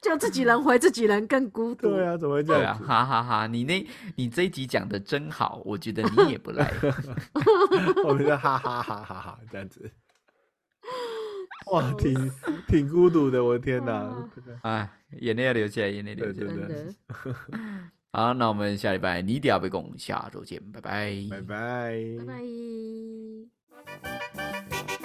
B: 就自己人回自己人更孤独。
A: 对啊，怎么会这
C: 对
A: 样
C: 啊，
A: 子？
C: 哈哈哈你那，你这一集讲的真好，我觉得你也不赖。啊
A: 我们就哈哈哈哈哈这样 子。哇，挺挺孤独的，我的天哪
B: 啊！
C: 哎，眼泪要流起来，眼泪流起
A: 对
C: 来。
B: 真的
A: 对。
C: 好，那我们下礼拜你得要被拱，下周见，拜拜
A: 拜拜
B: 拜。拜。